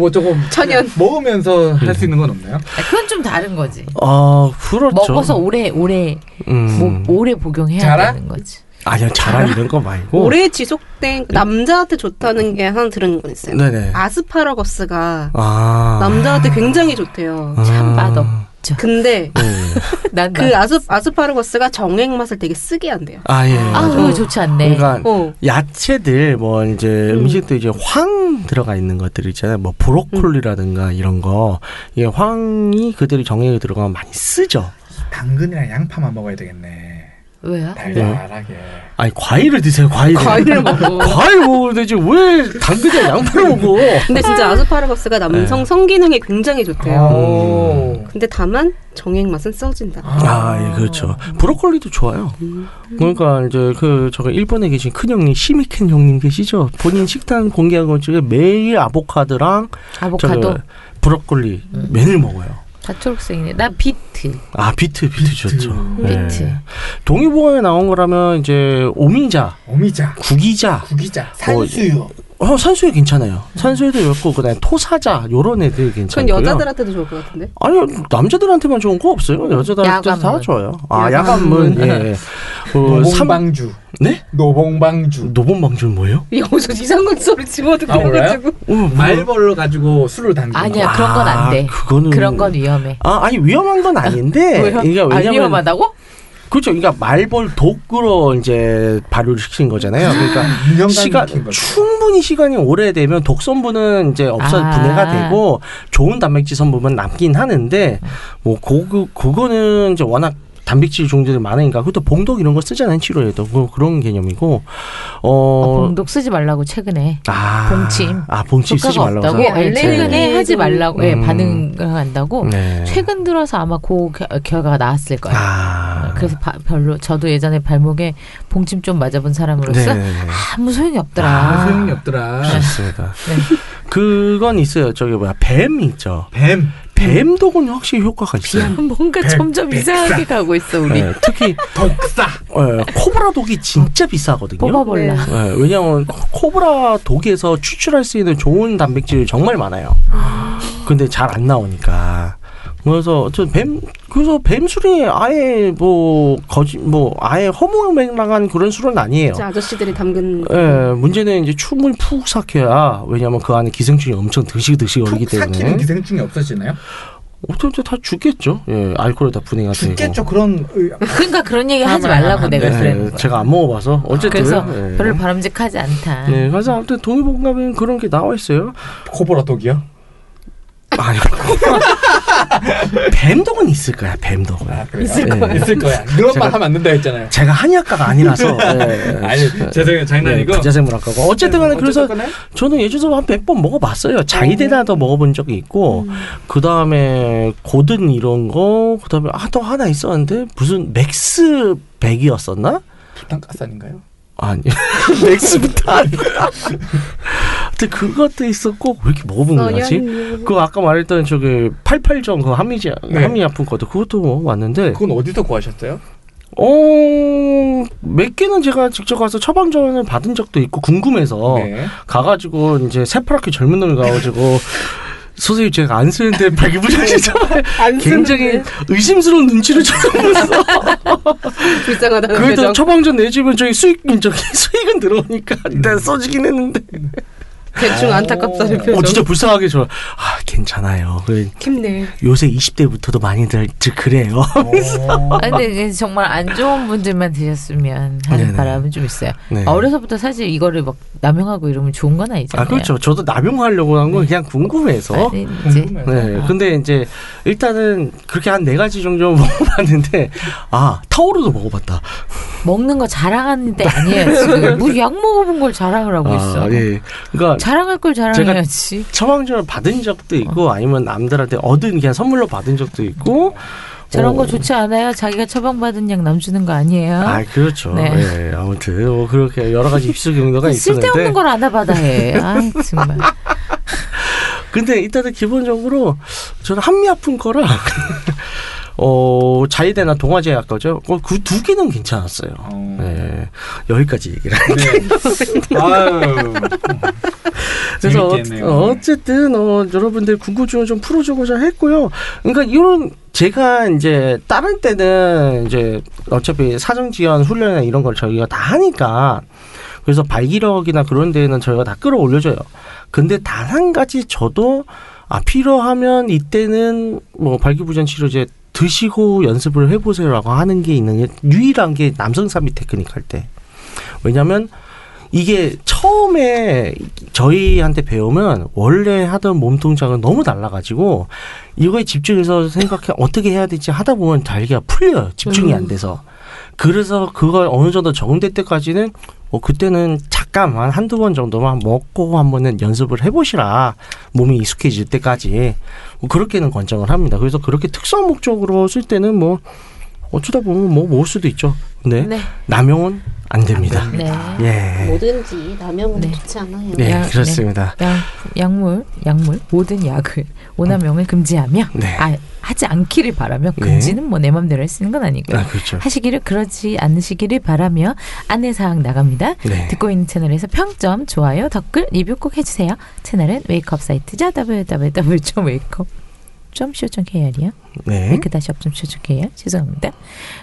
뭐 조금
천연.
먹으면서 할 수 있는 건 없나요?
아, 그건 좀 다른 거지.
아 그렇죠.
먹어서 오래 오래
음.
뭐, 오래 복용해야
자라?
되는 거지.
아니요 자랑 이런 거 말고.
오래 지속된 남자한테 좋다는 게 하나 들은 건 있어요.
네. 네네.
아.
아스파라거스가
아.
남자한테 굉장히 좋대요.
참
음.
맛없죠.
근데
네.
난
그 아스 아스파라거스가 정액 맛을 되게 쓰게 한대요.
아 예.
아, 그거 좋지 않네.
그러니까
어.
야채들 뭐 이제 음. 식도 이제 황 들어가 있는 것들 있잖아요. 뭐 브로콜리라든가 이런 거 이게 황이 그대로 정액에 들어가면 많이 쓰죠.
당근이랑 양파만 먹어야 되겠네.
왜요?
달달하게.
아니 과일을 드세요. 과일을.
과일을 먹고.
과일 먹으면 되지 왜 당근이랑 양파를 먹어?
근데 진짜 아스파라거스가 남성
네. 아.
성기능에 굉장히 좋대요. 음.
오.
근데 다만 정액 맛은 써진다.
아, 예, 그렇죠. 브로콜리도 좋아요. 그러니까 이제 그 저가 일본에 계신 큰 형님 시미켄 형님 계시죠? 본인 식단 공개한 것 중에 매일 아보카도랑
아보카도
저기 브로콜리 맨을 먹어요.
다 초록색이네. 나 비트.
아 비트 비트, 좋죠.
네.
네.
비트.
동의보감에 나온 거라면 이제 오미자,
어미자,
구기자,
구기자, 산수유.
어 산수유 괜찮아요. 산수유도 좋고 그다음 에 토사자 요런 애들 괜찮고요.
그건 여자들한테도 좋을 것 같은데.
아니요 남자들한테만 좋은 거 없어요. 여자들한테 다
야간문.
좋아요. 아
야간문.
야간문 예. 어, 삼
노봉방주.
네?
노봉방주.
노본방주는 뭐예요?
이 어디서 이상한 소리
아, 몰라요?
집어들어가지고.
어, 뭐야?
말벌로 가지고 술을 담그는
아니야
거.
그런 건
아,
안 돼.
그거는-
그런 건 위험해.
아 아니 위험한 건 아닌데
왜요?
그러니까
아,
왜냐면
위험하다고?
그렇죠. 그러니까 말벌 독으로 이제 발효를 시킨 거잖아요. 그러니까
인형감
시간
시킨 거죠.
충분히 시간이 오래되면 독성분은 이제 없어
아.
분해가 되고 좋은 단백질 성분은 남긴 하는데 뭐 그, 그거는 이제 워낙 단백질 종류들이 많으니까 그것도 봉독 이런 거 쓰잖아요 치료에도 그, 그런 개념이고
어,
어
봉독 쓰지 말라고 최근에.
아,
봉침.
아 봉침 쓰지
효과가
말라고
없다고.
해서?
예,
알레르기
최근에 하지 말라고 예,
음.
반응한다고.
네.
최근 들어서 아마 그 겨- 결과가 나왔을 거예요.
아
그래서 바- 별로 저도 예전에 발목에 봉침 좀 맞아본
네,
사람으로서
네, 네.
아무 소용이 없더라.
아, 소용이 없더라.
좋습니다. 그건 있어요. 저기 뭐야 뱀 있죠.
뱀.
뱀독은 확실히 효과가 있어요.
뭔가
백-
점점
백사.
이상하게 가고 있어 우리.
네, 특히
덕사.
어, 코브라 독이 진짜 비싸거든요.
뽑아볼라.
네.
네, 왜냐하면 코브라 독에서 추출할 수 있는 좋은 단백질이 정말 많아요. 근데 잘 안 나오니까. 그래서 저뱀 그래서 뱀술이 아예 뭐 거짓 뭐 아예 허무맹랑한 그런 술은 아니에요.
진짜 아저씨들이 담근.
예, 문제는 이제 충분히 푹 삭혀야 왜냐하면 그 안에 기생충이 엄청 드시드시
푹
얼기 때문에
삭히는 기생충이 없어지나요?
어쨌든 다 죽겠죠. 예, 알코올에 다 분해가
죽겠죠 네, 그런 의- 아,
그러니까 그런 얘기 하지
아마
말라고
안
되고.
내가 그랬는
예,
거야.
제가 안 먹어봐서 어쨌든
그래서
예.
별로 바람직하지 않다.
네, 그래서 아무튼 동의보감에는 그런 게 나와 있어요.
코보라 독이요?
아니, 뱀독은 있을 거야. 뱀독은.
아, 그래요?
있을 거예요.
있을 거야. 그런
제가-
말 하면 안 된다 했잖아요.
제가 한의학과가 아니라서. 예,
아니 죄송해요 장난이고.
부자생물학과고 네, 뭐 어쨌든 간에 음. 그래서
네. 어쨌거나
저는 예전에 한몇 번 먹어봤어요. 자이데나도 먹어본 적이 있고, 그 다음에 고든 이런 거, 그 다음에 아, 또 하나 있었는데, 무슨 맥스 백이었었나?
부탄가스 아닌가요?
아니, 맥스부터 아니고. 근데 그것도 있었고, 왜 이렇게 먹어본 거지? 그 아까 말했던 저기 88점 그 한미지
네.
한미 아픈 것도 그것도 뭐 왔는데
그건 어디서 구하셨어요?
어, 어몇 개는 제가 직접 가서 처방전을 받은 적도 있고 궁금해서
네.
가가지고 이제 새파랗게 젊은 놈이 가가지고 선생님 제가 안 쓰는데 발기부전이잖아요
안
굉장히
쓰는데
의심스러운 눈치를 쳐다보면서
불쌍하다는
그래도
표정. 음.
처방전 내주면 저희 수익 저기 수익은 들어오니까 일단 써지긴 했는데
대충 안타깝다는 표정.
어, 진짜 불쌍하게 저, 아, 괜찮아요. 그
힘내.
요새 20대부터도 많이들 들- 그래요.
어.
아, 근데 이게 정말 안 좋은 분들만 드셨으면 하는
네네.
바람은 좀 있어요.
네.
어려서부터 사실 이거를 막 남용하고 이러면 좋은 건 아니잖아요. 네.
아, 그렇죠. 어? 저도 남용하려고 한 건 그냥 궁금해서.
아니, 네. 이제
궁금해서.
네. 근데 이제 일단은 그렇게 한 네 가지 정도 먹어봤는데, 아, 타오르도 먹어봤다.
먹는 거 자랑하는 데 아니에요. 지금 뭐약 먹어본 걸 자랑을 하고 있어.
아, 예. 그러니까
자랑할 걸 자랑해야지.
처방전을 받은 적도
어.
있고 아니면 남들한테 얻은 그냥 선물로 받은 적도 있고
저런
어,
거 좋지 않아요? 자기가 처방받은 약 남주는 거 아니에요?
아 그렇죠.
네.
예, 아무튼 뭐 그렇게 여러 가지 입수 경로가 있었는데
뭐 쓸데없는 걸 안아받아 해. 아 정말.
근데 일단은 기본적으로 저는 한미 아픈 거랑 어 자이대나 동아제 약 거죠. 어, 그두 개는 괜찮았어요.
어.
예, 여기까지 얘기를.
네. 아유.
그래서 어,
재밌겠네요.
어, 어쨌든 어, 여러분들 궁금증을 좀 풀어주고자 했고요. 그러니까 이런 제가 이제 다른 때는 이제 어차피 사정 지원 훈련이나 이런 걸 저희가 다 하니까 그래서 발기력이나 그런 데는 저희가 다 끌어올려줘요. 근데 단 한 가지 저도 아 필요하면 이때는 뭐 발기부전 치료제 드시고 연습을 해보세요라고 하는 게 있는 게 유일한 게 남성 삽입 테크닉 할 때. 왜냐면 이게 처음에 저희한테 배우면 원래 하던 몸 동작은 너무 달라가지고 이거에 집중해서 생각해 어떻게 해야 될지 하다 보면 달기가 풀려요 집중이 안 돼서 그래서 그걸 어느 정도 적응될 때까지는 뭐 그때는 잠깐만 한두 번 정도만 먹고 한번은 연습을 해보시라 몸이 익숙해질 때까지 뭐 그렇게는 권장을 합니다 그래서 그렇게 특수한 목적으로 쓸 때는 뭐 어쩌다 보면 뭐 먹을 수도 있죠 근데
네.
남용은 안 됩니다.
네.
예.
뭐든지 남용은
네.
좋지 않아요.
네,
양-
그렇습니다.
약, 약물, 약물 모든 약을 오남용을 금지하며
음. 네.
아, 하지 않기를 바라며
네.
금지는 뭐 내 맘대로 할 수 있는 건 아니고요.
아, 그렇죠.
하시기를 그러지 않으시기를 바라며 안내 사항 나갑니다.
네.
듣고 있는 채널에서 평점, 좋아요, 댓글, 리뷰 꼭 해주세요. 채널은 웨이크업 사이트죠. www.wake-up.co.kr이요.
네. 그
웨이크 네, 그 다시 업좀 쳐줄게요. 죄송합니다.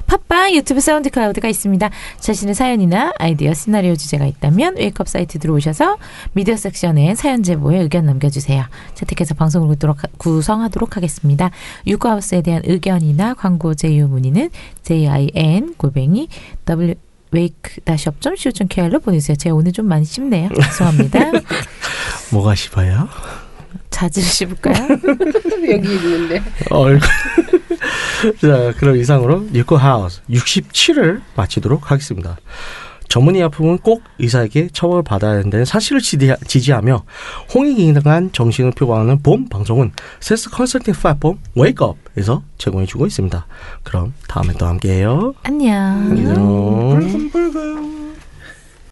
팟빵 유튜브 사운드 클라우드가 있습니다. 자신의 사연이나 아이디어 시나리오 주제가 있다면 웨이크업 사이트 들어오셔서 미디어 섹션에 사연 제보에 의견 남겨주세요. 채택해서 방송을 구도록- 구성하도록 하겠습니다. 유쿠하우스에 대한 의견이나 광고 제휴 문의는 jin 골뱅이 w 웨이크 다시 업점 쇼 k r 로 보내주세요. 제가 오늘 좀 많이 씹네요. 죄송합니다.
뭐가 싶어요?
자주 씹을까요?
여기 있는데.
어, 얼굴. 자, 그럼 이상으로 유코 하우스 67을 마치도록 하겠습니다. 전문의 아픔은 꼭 의사에게 처벌받아야 한다는 사실을 지대- 지지하며 홍익인간 정신을 표방하는 봄 방송은 세스 컨설팅 플랫폼 웨이크업에서 제공해주고 있습니다. 그럼 다음에 또 함께해요.
안녕.
음.
안녕.
불금 불금.